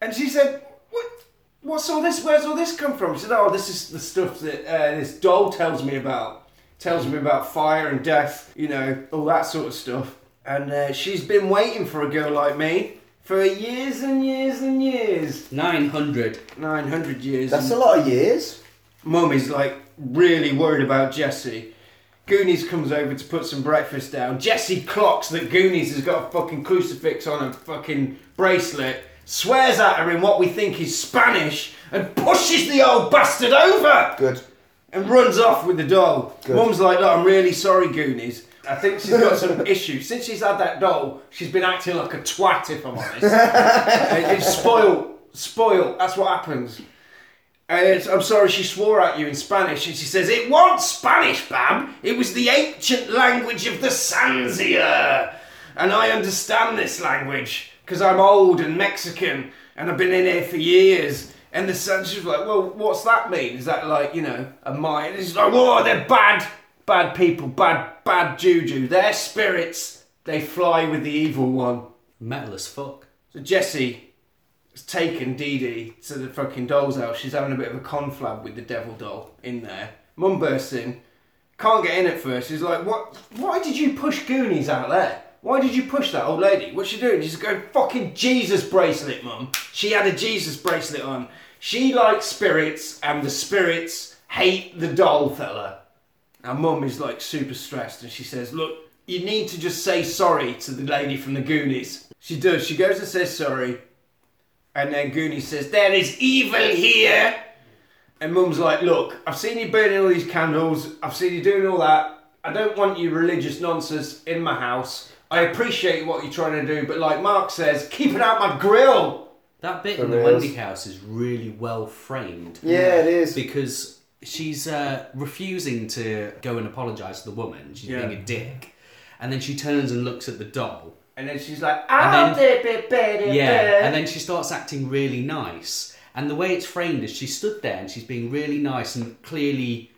Speaker 1: And she said, what? What's all this? Where's all this come from? She said, oh, this is the stuff that uh, this doll tells me about. tells me about fire and death, you know, all that sort of stuff. And uh, she's been waiting for a girl like me for years and years and years.
Speaker 2: 900.
Speaker 1: 900 years.
Speaker 3: That's a lot of years.
Speaker 1: Mum is like really worried about Jesse. Goonies comes over to put some breakfast down. Jesse clocks that Goonies has got a fucking crucifix on a fucking bracelet, swears at her in what we think is Spanish, and pushes the old bastard over
Speaker 3: Good.
Speaker 1: and runs off with the doll.
Speaker 3: Good.
Speaker 1: Mum's like, Look, I'm really sorry, Goonies. I think she's got some issues. Since she's had that doll, she's been acting like a twat, if I'm honest. it, it's spoiled. Spoiled. That's what happens. And it's, I'm sorry, she swore at you in Spanish, and she says, It wasn't Spanish, Bab. It was the ancient language of the Sanzia. And I understand this language, because I'm old and Mexican, and I've been in here for years. And the Sanzia's like, Well, what's that mean? Is that like, you know, a mine? It's like, Oh, they're bad, bad people, bad, bad juju. They're spirits. They fly with the evil one.
Speaker 2: Metal as fuck.
Speaker 1: So Jesse has taken Dee Dee to the fucking doll's house. She's having a bit of a conflab with the devil doll in there. Mum bursts in, can't get in at first. She's like, "What? Why did you push Goonies out there? Why did you push that old lady? What's she doing?" She's going, "Fucking Jesus bracelet, mum. She had a Jesus bracelet on. She likes spirits, and the spirits hate the doll fella." And mum is like super stressed and she says, Look, you need to just say sorry to the lady from the Goonies. She does, she goes and says sorry. And then Goonies says, There is evil here. And mum's like, Look, I've seen you burning all these candles, I've seen you doing all that. I don't want your religious nonsense in my house. I appreciate what you're trying to do, but like Mark says, keep it out my grill.
Speaker 2: That bit
Speaker 3: For
Speaker 2: in the
Speaker 3: reals.
Speaker 2: Wendy house is really well framed.
Speaker 3: Yeah, it is.
Speaker 2: Because she's uh, refusing to go and apologise to the woman. She's
Speaker 1: Yeah.
Speaker 2: being a dick. And then she turns and looks at the doll.
Speaker 1: And then she's like, "Ah."
Speaker 2: And
Speaker 1: I'll dip it, baby.
Speaker 2: Yeah, and then she starts acting really nice. And the way it's framed is she stood there and she's being really nice and clearly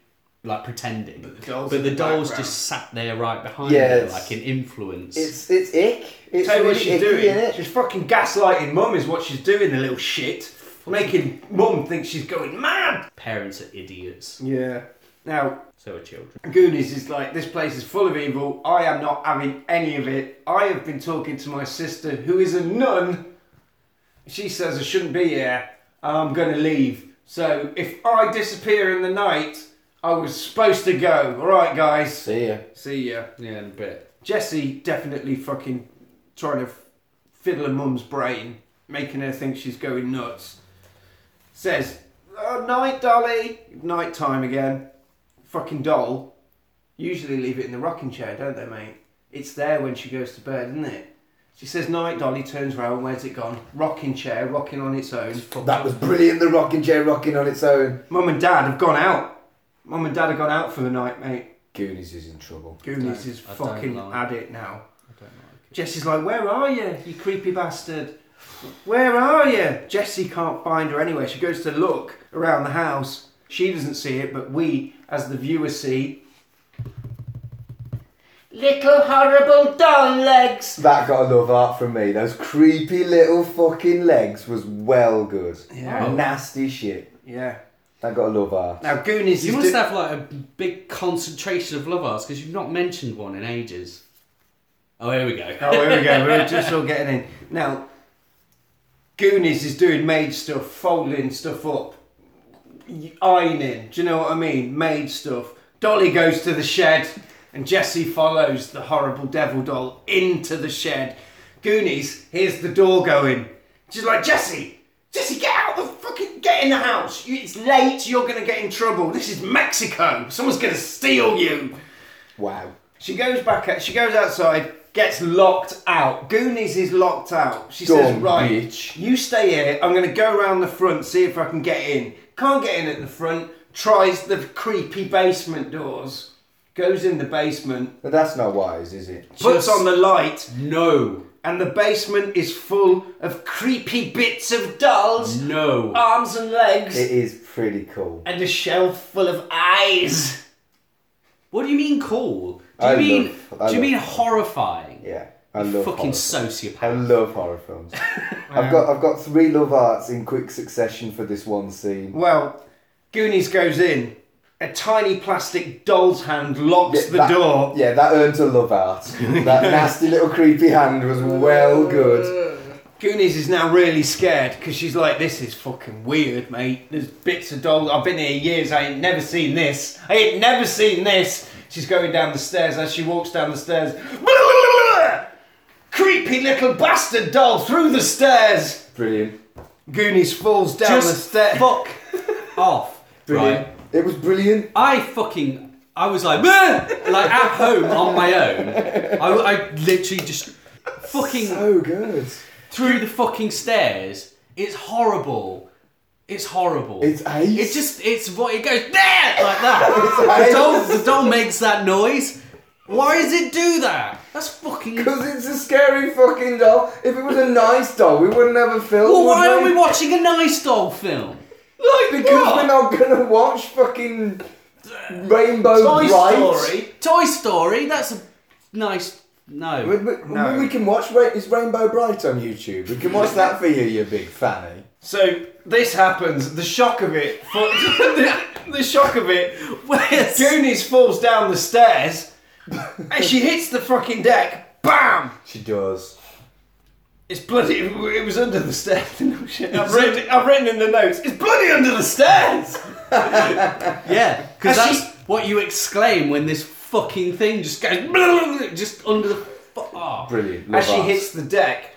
Speaker 2: like pretending. But
Speaker 1: the doll's in
Speaker 2: the
Speaker 1: the
Speaker 2: doll's
Speaker 1: background.
Speaker 2: just sat there right behind
Speaker 3: Yeah,
Speaker 2: her,
Speaker 3: it's-
Speaker 2: like an influence.
Speaker 3: It's it's ick. It's
Speaker 1: Tell you what
Speaker 3: really
Speaker 1: she's
Speaker 3: icky,
Speaker 1: doing.
Speaker 3: innit?
Speaker 1: She's fucking gaslighting mum, is what she's doing, the little shit. Making mum think she's going mad.
Speaker 2: Parents are idiots.
Speaker 1: Yeah. Now,
Speaker 2: So are children.
Speaker 1: Goonies is like, this place is full of evil. I am not having any of it. I have been talking to my sister, who is a nun. She says I shouldn't be here. I'm going to leave. So if I disappear in the night, I was supposed to go. All right, guys.
Speaker 3: See ya.
Speaker 1: See ya.
Speaker 2: Yeah, in a bit.
Speaker 1: Jesse definitely fucking trying to f- fiddle her mum's brain, making her think she's going nuts. Says, oh, night, Dolly. Night time again. Fucking doll. Usually leave it in the rocking chair, don't they, mate? It's there when she goes to bed, isn't it? She says, night, Dolly. Turns round. Where's it gone? Rocking chair, rocking on its own.
Speaker 3: That was brilliant. The rocking chair rocking on its own.
Speaker 1: Mum and dad have gone out. Mum and dad have gone out for the night, mate.
Speaker 3: Goonies is in trouble.
Speaker 1: Goonies
Speaker 2: Don't.
Speaker 1: is
Speaker 2: I don't
Speaker 1: fucking
Speaker 2: like-
Speaker 1: at it now.
Speaker 2: I don't like
Speaker 1: Jesse's like, Where are you, you creepy bastard? Where are you? Jesse can't find her anywhere. She goes to look around the house. She doesn't see it, but we, as the viewer, see. Little horrible doll legs!
Speaker 3: That got a love art from me. Those creepy little fucking legs was well good.
Speaker 1: Yeah.
Speaker 3: Nasty shit.
Speaker 1: Yeah.
Speaker 3: That got a love art.
Speaker 1: Now, Goonies
Speaker 2: it. You
Speaker 1: is.
Speaker 2: must
Speaker 1: do-
Speaker 2: have like a big concentration of love arts because you've not mentioned one in ages. Oh, here we go.
Speaker 1: Oh, here we go. We're just all getting in. Now, Goonies is doing maid stuff, folding stuff up, ironing. Do you know what I mean? Maid stuff. Dolly goes to the shed, and Jesse follows the horrible devil doll into the shed. Goonies hears the door going. She's like, Jesse, Jesse, get out the fucking, get in the house. You- It's late. You're gonna get in trouble. This is Mexico. Someone's gonna steal you.
Speaker 3: Wow.
Speaker 1: She goes back. Out, she goes outside. Gets locked out. Goonies is locked out. She says,
Speaker 3: Dumb
Speaker 1: "Right,
Speaker 3: bitch."
Speaker 1: you stay here. I'm going to go around the front, see if I can get in. Can't get in at the front. Tries the creepy basement doors. Goes in the basement.
Speaker 3: But that's not wise, is it?
Speaker 1: Puts
Speaker 2: Just-
Speaker 1: on the light,
Speaker 2: No,
Speaker 1: and the basement is full of creepy bits of dolls,
Speaker 2: no.
Speaker 1: arms and legs,
Speaker 3: It is pretty cool.
Speaker 1: and a shelf full of eyes.
Speaker 2: What do you mean cool? Do you
Speaker 3: I
Speaker 2: mean
Speaker 3: love- I
Speaker 2: do you
Speaker 3: love-
Speaker 2: mean horrifying?
Speaker 3: Yeah. I
Speaker 2: You
Speaker 3: love
Speaker 2: fucking
Speaker 3: horror. I
Speaker 2: sociopath.
Speaker 3: love horror films. I've got I've got three love arts in quick succession for this one scene.
Speaker 1: Well, Goonies goes in a tiny plastic doll's hand locks the
Speaker 3: that,
Speaker 1: door.
Speaker 3: Yeah, that earned a love art. that nasty little creepy hand was well good.
Speaker 1: Goonies is now really scared because she's like, "This is fucking weird, mate. There's bits of dolls. I've been here years. I ain't never seen this. I ain't never seen this." She's going down the stairs. As she walks down the stairs, creepy little bastard doll through the stairs.
Speaker 3: Brilliant.
Speaker 1: Goonies falls down the
Speaker 2: Just
Speaker 1: stairs.
Speaker 2: fuck off.
Speaker 3: Brilliant.
Speaker 2: Right.
Speaker 3: It was brilliant.
Speaker 2: I fucking I was like "Bleh!" like at home on my own. I, I literally just fucking
Speaker 3: So good.
Speaker 2: through the fucking stairs. It's horrible. It's horrible.
Speaker 3: It's ace.
Speaker 2: It just it's what it goes there like that.
Speaker 3: It's
Speaker 2: the doll the doll makes that noise. Why does it do that? That's fucking.
Speaker 3: Because it's a scary fucking doll. If it was a nice doll, we wouldn't have a film.
Speaker 2: Well, why
Speaker 3: would
Speaker 2: are we watching a nice doll film?
Speaker 1: Like
Speaker 3: Because
Speaker 1: what?
Speaker 3: we're not gonna watch fucking Rainbow
Speaker 1: Toy
Speaker 3: Bright.
Speaker 1: Story.
Speaker 2: Toy Story. That's a nice
Speaker 3: We,
Speaker 2: no.
Speaker 3: we,
Speaker 1: No.
Speaker 3: we can watch. Ra- Is Rainbow Bright on YouTube? We can watch that for you, you big fanny.
Speaker 1: So this happens. The shock of it. fu- the, the shock of it
Speaker 2: Where's
Speaker 1: Goonies falls down the stairs and she hits the fucking deck. Bam!
Speaker 3: She does.
Speaker 1: It's bloody. It was under the stairs. No shit. I've, written, I've written in the notes. It's bloody under the stairs!
Speaker 2: Yeah, because
Speaker 1: Actually-
Speaker 2: that's what you exclaim when this fucking thing just goes just under the. fu- Oh.
Speaker 3: Brilliant. Love
Speaker 1: As she
Speaker 3: art.
Speaker 1: hits the deck,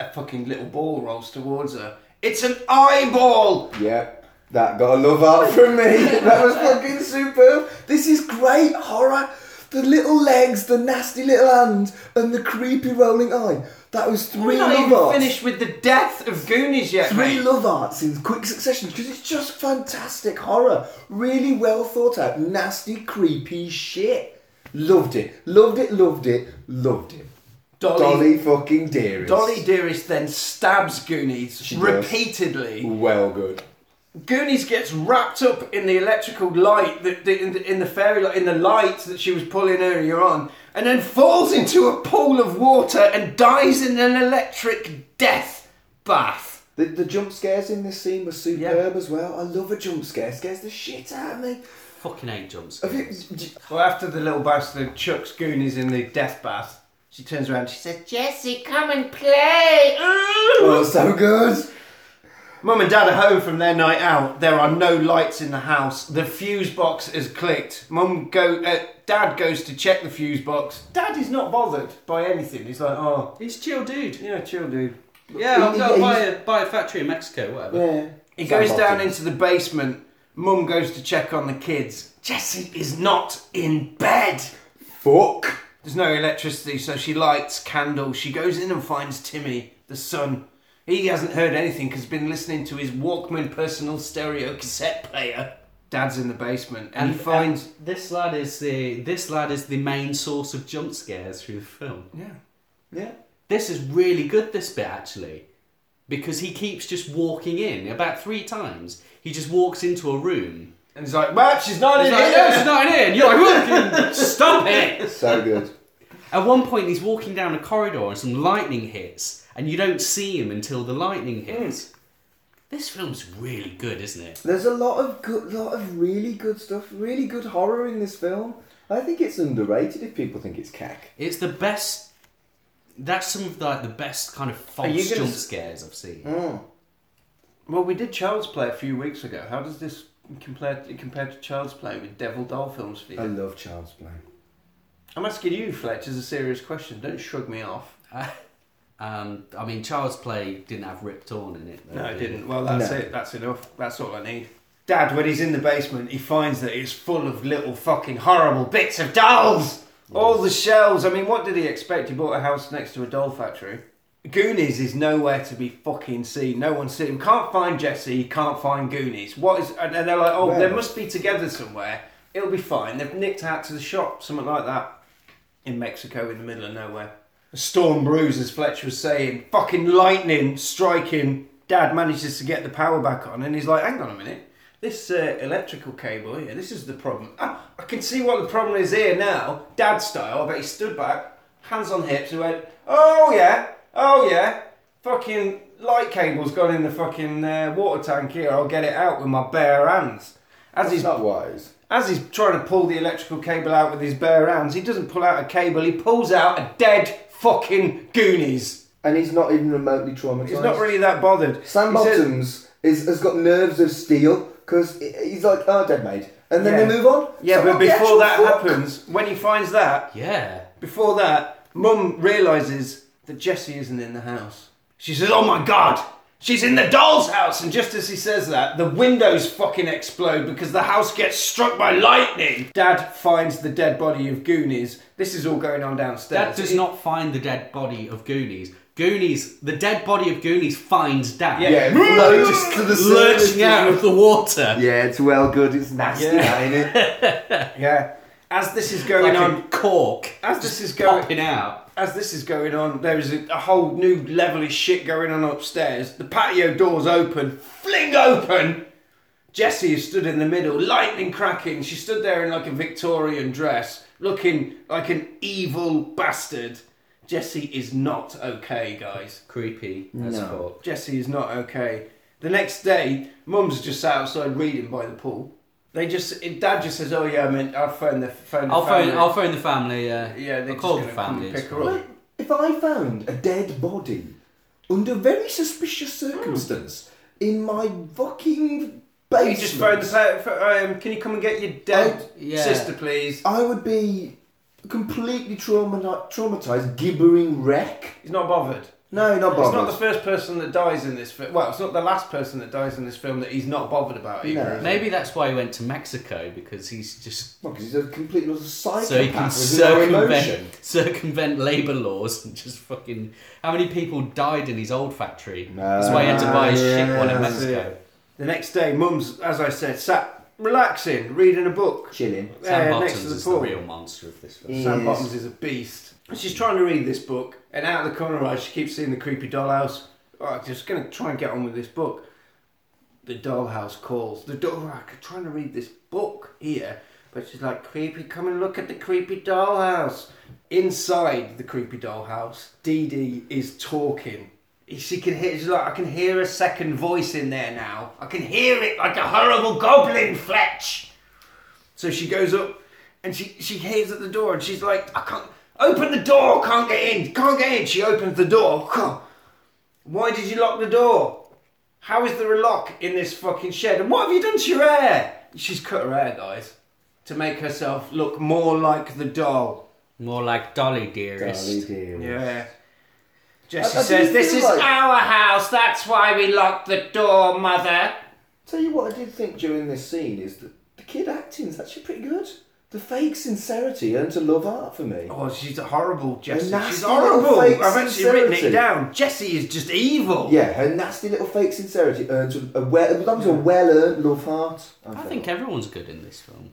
Speaker 1: a fucking little ball rolls towards her. It's an eyeball!
Speaker 3: Yep. That got a love art from me. that was fucking superb. This is great horror. The little legs, the nasty little hand, and the creepy rolling eye. That was
Speaker 1: We're
Speaker 3: three
Speaker 1: not
Speaker 3: love
Speaker 1: even
Speaker 3: arts.
Speaker 1: finished with the death of Goonies yet,
Speaker 3: Three
Speaker 1: mate.
Speaker 3: love arts in quick succession because it's just fantastic horror. Really well thought out, nasty, creepy shit. Loved it, loved it, loved it, loved it.
Speaker 1: Dolly,
Speaker 3: Dolly fucking dearest.
Speaker 1: Dolly Dearest then stabs Goonies
Speaker 3: She does.
Speaker 1: repeatedly.
Speaker 3: Well good.
Speaker 1: Goonies gets wrapped up in the electrical light that that- in, the, in the fairy light in the light that she was pulling earlier on, and then falls into a pool of water and dies in an electric death bath.
Speaker 3: The, the jump scares in this scene were superb
Speaker 1: Yeah.
Speaker 3: as well. I love a jump scare. Scares the shit out of me.
Speaker 2: Fucking eight jumps.
Speaker 3: Have you- d- d-
Speaker 1: Well, after the little bastard chucks Goonies in the death bath, she turns around. She says, "Jesse, come and play." Ooh.
Speaker 3: Oh, so good.
Speaker 1: Mum and Dad are home from their night out. There are no lights in the house. The fuse box is clicked. Mum go. Uh, Dad goes to check the fuse box. Dad is not bothered by anything. He's like, "Oh,
Speaker 2: He's chill, dude.
Speaker 1: yeah, chill, dude."
Speaker 2: Yeah, I'll
Speaker 3: He-
Speaker 2: go
Speaker 3: he-
Speaker 2: buy a buy a factory in Mexico, whatever.
Speaker 3: Yeah.
Speaker 1: He goes down into the basement. Mum goes to check on the kids. Jessie is not in bed.
Speaker 3: Fuck.
Speaker 1: There's no electricity, so she lights candles. She goes in and finds Timmy, the son. He hasn't heard anything because been listening to his Walkman personal stereo cassette player. Dad's in the basement and he finds.
Speaker 2: this lad is the this lad is the main source of jump scares through the film.
Speaker 1: Yeah.
Speaker 3: Yeah.
Speaker 2: This is really good. This bit actually, because he keeps just walking in about three times. He just walks into a room.
Speaker 1: And he's like, well, she's not
Speaker 2: He's
Speaker 1: in
Speaker 2: like,
Speaker 1: here.
Speaker 2: no, she's not in here. And you're like, fucking stop it.
Speaker 3: So good.
Speaker 2: At one point, he's walking down a corridor and some lightning hits, and you don't see him until the lightning
Speaker 1: Hmm.
Speaker 2: hits. This film's really good, isn't it?
Speaker 3: There's a lot of good, lot of really good stuff, really good horror in this film. I think it's underrated if people think it's cack.
Speaker 2: It's the best. That's some of like the best kind of
Speaker 1: you
Speaker 2: false
Speaker 1: gonna
Speaker 2: jump
Speaker 1: s-
Speaker 2: scares I've seen.
Speaker 1: Well, we did Child's Play a few weeks ago. How does this compare, compare to Child's Play with Devil Doll films for you?
Speaker 3: I
Speaker 2: Um,
Speaker 3: love Child's Play.
Speaker 1: I'm asking you, Fletch, as a serious question. Don't shrug me off.
Speaker 2: Um, I mean, Child's Play didn't have Rip Torn in it. though,
Speaker 1: Uh, No, I
Speaker 2: did
Speaker 1: didn't. Well, that's
Speaker 3: No.
Speaker 1: it. That's enough. That's all I need. Dad, when he's in the basement, he finds that it's full of little fucking horrible bits of dolls. All the shells. I mean, what did he expect? He bought a house next to a doll factory. Goonies is nowhere to be fucking seen. No one's seen him. Can't find Jesse. Can't find Goonies. What is? And and they're like, oh,
Speaker 3: Where?
Speaker 1: they must be together somewhere. It'll be fine. They've nicked out to the shop, something like that, in Mexico, in the middle of nowhere. A storm brews, as Fletcher was saying. Fucking lightning striking. Dad manages to get the power back on, and he's like, hang on a minute. This uh, electrical cable here, this is the problem. Ah, I can see what the problem is here now. Dad style, I bet he stood back, hands on hips, and went, oh yeah, oh yeah. Fucking light cable's gone in the fucking uh, water tank here. I'll get it out with my bare hands. As
Speaker 3: That's
Speaker 1: he's
Speaker 3: not wise.
Speaker 1: as he's trying to pull the electrical cable out with his bare hands, he doesn't pull out a cable, he pulls out a dead fucking Goonies.
Speaker 3: And he's not even remotely traumatized.
Speaker 1: He's not really that bothered.
Speaker 3: Sam
Speaker 1: He says-
Speaker 3: Bottoms is, has got nerves of steel because he's like, oh, dead mate. And then
Speaker 1: Yeah.
Speaker 3: they move on.
Speaker 1: Yeah,
Speaker 3: So
Speaker 1: but
Speaker 3: what the
Speaker 1: before
Speaker 3: actual
Speaker 1: that
Speaker 3: fuck?
Speaker 1: happens, when he finds that,
Speaker 2: Yeah.
Speaker 1: before that, Mum realizes that Jessie isn't in the house. She says, "Oh my God, she's in the doll's house!" And just as he says that, the windows fucking explode because the house gets struck by lightning. Dad finds the dead body of Goonies. This is all going on
Speaker 2: Dad
Speaker 1: downstairs.
Speaker 2: does
Speaker 1: It-
Speaker 2: not find the dead body of Goonies. Goonies, the dead body of Goonies finds Dad.
Speaker 3: Yeah,
Speaker 1: Woo!
Speaker 3: lurches to the surface.
Speaker 2: Lurching out of the water.
Speaker 3: Yeah, it's well good. It's nasty,
Speaker 1: Yeah.
Speaker 3: ain't it?
Speaker 1: Yeah. As this is going
Speaker 2: Like a
Speaker 1: on,
Speaker 2: cork
Speaker 1: as this is going,
Speaker 2: popping out.
Speaker 1: as this is going on, there is a, a whole new level of shit going on upstairs. The patio doors open, fling open. Jessie is stood in the middle, lightning cracking. She stood there in like a Victorian dress, looking like an evil bastard. Jessie is not okay, guys.
Speaker 2: Creepy as
Speaker 3: No.
Speaker 2: fuck.
Speaker 1: Jessie is not okay. The next day, Mum's just sat outside reading by the pool. They just, Dad just says, "Oh yeah, I meant I'll phone the phone." The
Speaker 2: I'll phone.
Speaker 1: family."
Speaker 2: I'll phone the family. Uh,
Speaker 1: Yeah, they're
Speaker 2: I'll
Speaker 1: just
Speaker 2: call the
Speaker 1: gonna come
Speaker 2: family.
Speaker 1: pick
Speaker 2: it's
Speaker 1: her
Speaker 2: fine.
Speaker 1: up.
Speaker 3: if I found a dead body under very suspicious circumstance in my fucking
Speaker 1: You
Speaker 3: basement,
Speaker 1: just phoned us out. For, um, can you come and get your dead
Speaker 3: Oh,
Speaker 2: yeah.
Speaker 1: sister, please?
Speaker 3: I would be completely traumati- traumatized, gibbering wreck.
Speaker 1: He's not bothered.
Speaker 3: No, not
Speaker 1: It's not
Speaker 3: bothered.
Speaker 1: the first person that dies in this film. Well, it's not the last person that dies in this film that he's not bothered about either.
Speaker 3: No.
Speaker 1: is it?
Speaker 2: Maybe that's why he went to Mexico because he's just
Speaker 3: Well, because he's a complete little psychopath
Speaker 2: so he can
Speaker 3: with no
Speaker 2: circumvent
Speaker 3: emotion.
Speaker 2: circumvent labour laws and just fucking. How many people died in his old factory?
Speaker 3: No.
Speaker 2: That's why he had to buy his shit one in
Speaker 3: Yeah.
Speaker 2: Mexico.
Speaker 1: The next day, Mum's, as I said, sat relaxing, reading a book.
Speaker 3: Chilling.
Speaker 2: Sam
Speaker 1: uh, next
Speaker 2: Bottoms
Speaker 1: to the
Speaker 2: is the
Speaker 1: pool.
Speaker 2: real monster of this film.
Speaker 1: Sam
Speaker 3: Yes.
Speaker 1: Bottoms is a beast. And She's trying to read this book, and out of the corner of her eye, she keeps seeing the creepy dollhouse. Oh, I'm just going to try and get on with this book. The dollhouse calls. The door. I'm trying to read this book here, but she's like, "Creepy, come and look at the creepy dollhouse." Inside the creepy dollhouse, Dee Dee is talking. She can hear. She's like, "I can hear a second voice in there now. I can hear it like a horrible goblin, Fletch." So she goes up and she, she hears at the door and she's like, I can't open the door, can't get in, can't get in. She opens the door. Why did you lock the door? How is there a lock in this fucking shed? And what have you done to your hair? She's cut her hair, guys, to make herself look more like the doll.
Speaker 2: More like Dolly dearest.
Speaker 3: Darling dear.
Speaker 1: Yeah. Jesse
Speaker 3: I- I do
Speaker 1: says,
Speaker 3: feel
Speaker 1: This is
Speaker 3: like-
Speaker 1: our house, that's why we locked the door, mother.
Speaker 3: Tell you what, I did think during this scene is that the kid acting is actually pretty good. The fake sincerity earned a love heart for me.
Speaker 1: Oh, she's horrible, Jessie. She's
Speaker 3: nasty
Speaker 1: horrible.
Speaker 3: little fake
Speaker 1: I've actually written it
Speaker 3: sincerity.
Speaker 1: down. Jessie is just evil.
Speaker 3: Yeah, her nasty little fake sincerity earned a, a well. That was a well-earned love heart.
Speaker 2: I think everyone's good in this film.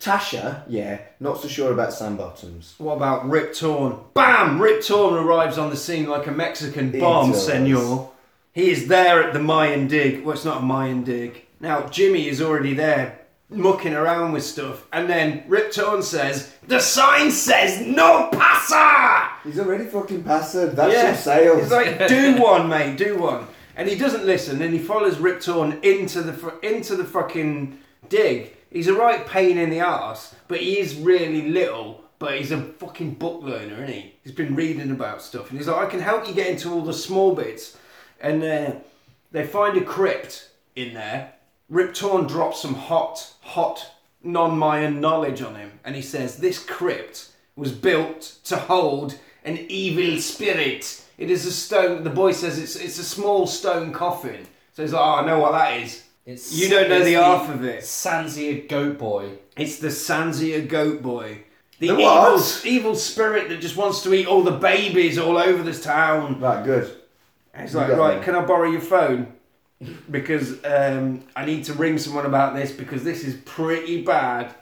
Speaker 3: Tasha. Yeah, not so sure about Sam Bottoms.
Speaker 1: What about Rip Torn? Bam! Rip Torn arrives on the scene like a Mexican bomb,
Speaker 3: does.
Speaker 1: senor. He is there at the Mayan dig. Well, it's not a Mayan dig. Now, Jimmy is already there, mucking around with stuff. And then Rip Torn says, The sign says no passer!
Speaker 3: He's already fucking passive. That's
Speaker 1: Yeah.
Speaker 3: your sales.
Speaker 1: He's like, do one, mate, do one. And he doesn't listen, and he follows Riptorn into the fu- into the fucking dig. He's a right pain in the arse, but he is really little. But he's a fucking book learner, isn't he? He's been reading about stuff, and he's like, I can help you get into all the small bits. And uh, they find a crypt in there. Riptorn drops some hot, hot non-Mayan knowledge on him, and he says this crypt was built to hold an evil spirit. It is a stone. The boy says it's it's a small stone coffin. So he's like, oh, I know what that is.
Speaker 2: It's,
Speaker 1: You don't know
Speaker 2: it's
Speaker 1: the half of it.
Speaker 2: Sanzia Goat Boy.
Speaker 1: It's the Sanzia goat boy. The,
Speaker 3: The
Speaker 1: evil,
Speaker 3: what?
Speaker 1: evil spirit that just wants to eat all the babies all over this town.
Speaker 3: right, good.
Speaker 1: And he's like,
Speaker 3: got
Speaker 1: right,
Speaker 3: me.
Speaker 1: can I borrow your phone? Because um, I need to ring someone about this because this is pretty bad.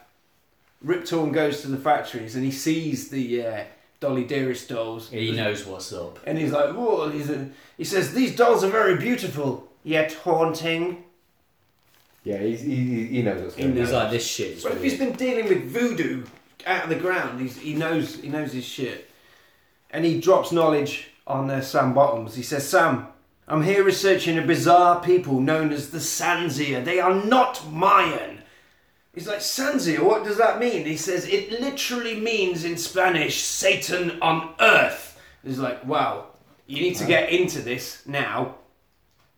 Speaker 1: Riptorn goes to the factories and he sees the uh, Dolly Dearest dolls.
Speaker 2: He knows what's up.
Speaker 1: And he's like, whoa, he's a, he says, these dolls are very beautiful, yet haunting.
Speaker 3: Yeah, he's, he, he- he knows what's going on.
Speaker 2: He's like, this shit is
Speaker 1: But if he's been
Speaker 2: weird.
Speaker 1: dealing with voodoo out of the ground, he's, he knows he knows his shit. And he drops knowledge on uh, Sam Bottoms. He says, Sam, I'm here researching a bizarre people known as the Sanzia. They are not Mayan. He's like, Sanzio, what does that mean? He says, it literally means in Spanish, Satan on earth. He's like, wow, you need to get into this now.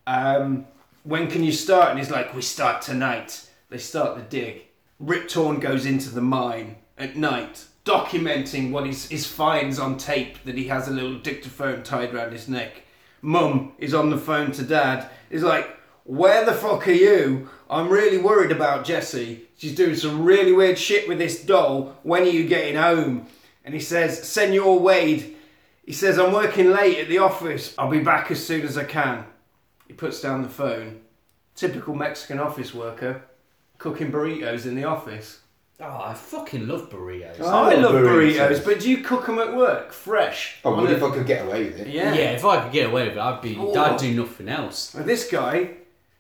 Speaker 1: Um, when can you start? And he's like, we start tonight. They start the dig. Rip Torn goes into the mine at night, documenting what his, his finds on tape that he has a little dictaphone tied around his neck. Mum is on the phone to dad. He's like, where the fuck are you? I'm really worried about Jessie. She's doing some really weird shit with this doll. When are you getting home? And he says, Senor Wade, he says, I'm working late at the office. I'll be back as soon as I can. He puts down the phone. Typical Mexican office worker, cooking burritos in the office.
Speaker 2: Oh, I fucking love burritos.
Speaker 3: Oh.
Speaker 1: I, love
Speaker 3: love
Speaker 1: burritos,
Speaker 3: burritos,
Speaker 1: but do you cook them at work, fresh?
Speaker 3: I
Speaker 1: On
Speaker 3: would
Speaker 1: a-
Speaker 3: Oh, if I could get away with it.
Speaker 1: yeah.
Speaker 2: Yeah, if I could get away with it, I'd be.
Speaker 1: Oh.
Speaker 2: I'd do nothing else.
Speaker 1: And this guy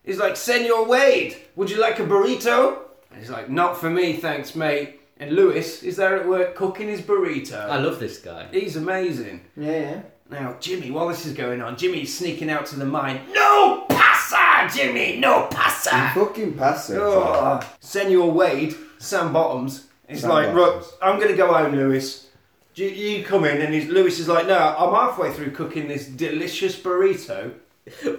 Speaker 1: is like, Senor Wade, would you like a burrito? And he's like, not for me, thanks, mate. And Lewis is there at work cooking his burrito.
Speaker 2: I love this guy.
Speaker 1: He's amazing.
Speaker 3: Yeah, yeah.
Speaker 1: Now, Jimmy, while this is going on, Jimmy's sneaking out to the mine. No pasa, Jimmy, no pasa.
Speaker 3: Fucking passive.
Speaker 1: Ugh. Senor Wade, Sam Bottoms, is
Speaker 3: Sam
Speaker 1: like,
Speaker 3: Bottoms.
Speaker 1: "Look, I'm going to go home, Lewis. You, you come in, and he's, Lewis is like, no, I'm halfway through cooking this delicious burrito.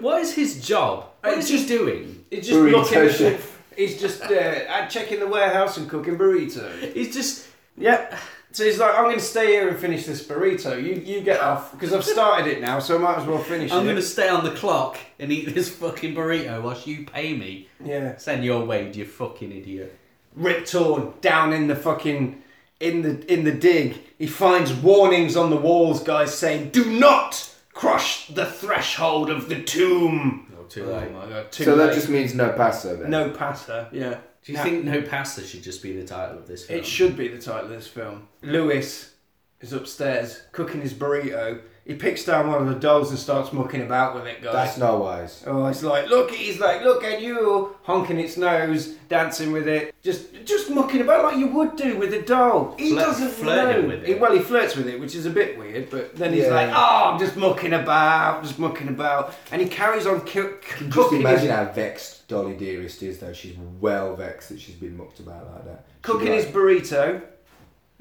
Speaker 2: What is his job? What is he doing?
Speaker 1: He's just
Speaker 3: Burrito
Speaker 1: looking at the,
Speaker 3: chef.
Speaker 1: He's just uh, checking the warehouse and cooking burritos.
Speaker 2: He's just.
Speaker 1: Yep. So he's like, I'm going to stay here and finish this burrito. You you get off because I've started it now, so I might as well finish
Speaker 2: I'm
Speaker 1: it.
Speaker 2: gonna stay on the clock and eat this fucking burrito whilst you pay me.
Speaker 1: Yeah.
Speaker 2: Send your way, you fucking idiot.
Speaker 1: Rip Torn down in the fucking in the in the dig. He finds warnings on the walls, guys, saying, "Do not crush the threshold of the tomb."
Speaker 2: No, too
Speaker 1: Oh
Speaker 2: late.
Speaker 1: my god! Too
Speaker 3: So that
Speaker 1: late.
Speaker 3: just means no passo then.
Speaker 1: no pasta. Yeah.
Speaker 2: Do you
Speaker 1: Now-
Speaker 2: think No Pasta should just be the title of this film?
Speaker 1: It should be the title of this film. Lewis is upstairs cooking his burrito. He picks down one of the dolls and starts mucking about with it, guys.
Speaker 3: That's not wise.
Speaker 1: Oh, it's like look, he's like look at you, honking its nose, dancing with it, just just mucking about like you would do with a doll. He
Speaker 2: Flirt-
Speaker 1: doesn't
Speaker 2: flirting
Speaker 1: know.
Speaker 2: with
Speaker 1: He-
Speaker 2: it.
Speaker 1: well, he flirts with it, which is a bit weird. But then he's
Speaker 3: Yeah.
Speaker 1: like, oh, I'm just mucking about, just mucking about, and he carries on cu- c-
Speaker 3: Just
Speaker 1: cooking
Speaker 3: imagine
Speaker 1: his,
Speaker 3: how vexed Dolly Dearest is though. She's well vexed that she's been mucked about like that. She'd be
Speaker 1: cooking his
Speaker 3: like,
Speaker 1: burrito.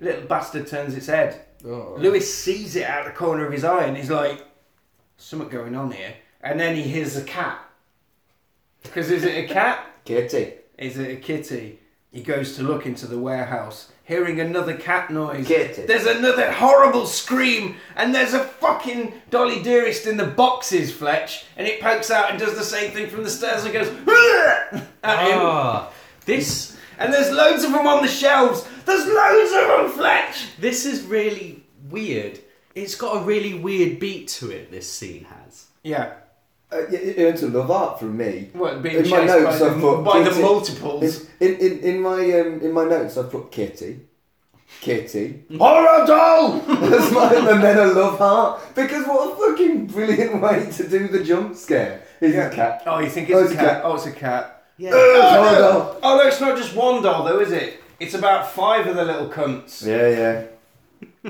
Speaker 1: Little bastard turns its head.
Speaker 3: Oh.
Speaker 1: Lewis sees it out the corner of his eye, and he's like, something going on here. And then he hears a cat. Because is it a cat?
Speaker 3: Kitty.
Speaker 1: is it a kitty? He goes to look into the warehouse, hearing another cat noise.
Speaker 3: Kitty.
Speaker 1: There's another horrible scream, and there's a fucking Dolly Dearest in the boxes, Fletch, and it pokes out and does the same thing from the stairs and goes "Hurr!" at him.
Speaker 2: Ah, this
Speaker 1: And there's loads of them on the shelves. There's loads of them, Fletch.
Speaker 2: this is really weird. It's got a really weird beat to it. This scene has.
Speaker 1: Yeah.
Speaker 3: Uh, it- it earns a love art from me.
Speaker 1: Well, being
Speaker 3: in my
Speaker 1: chased
Speaker 3: notes,
Speaker 1: by the-
Speaker 3: I've put
Speaker 1: by the
Speaker 3: Kitty.
Speaker 1: multiples.
Speaker 3: In, in, in, in my um, in my notes, I've put Kitty, Kitty, horror doll. That's my and then a love heart because what a fucking brilliant way to do the jump scare is a cat.
Speaker 1: Oh, you think
Speaker 3: Oh,
Speaker 1: it's a cat? Oh, it's a cat.
Speaker 2: Yeah.
Speaker 3: Horror
Speaker 1: no.
Speaker 3: doll.
Speaker 1: Oh no, it's not just one doll though, is it? It's about five of the little cunts.
Speaker 3: Yeah, yeah.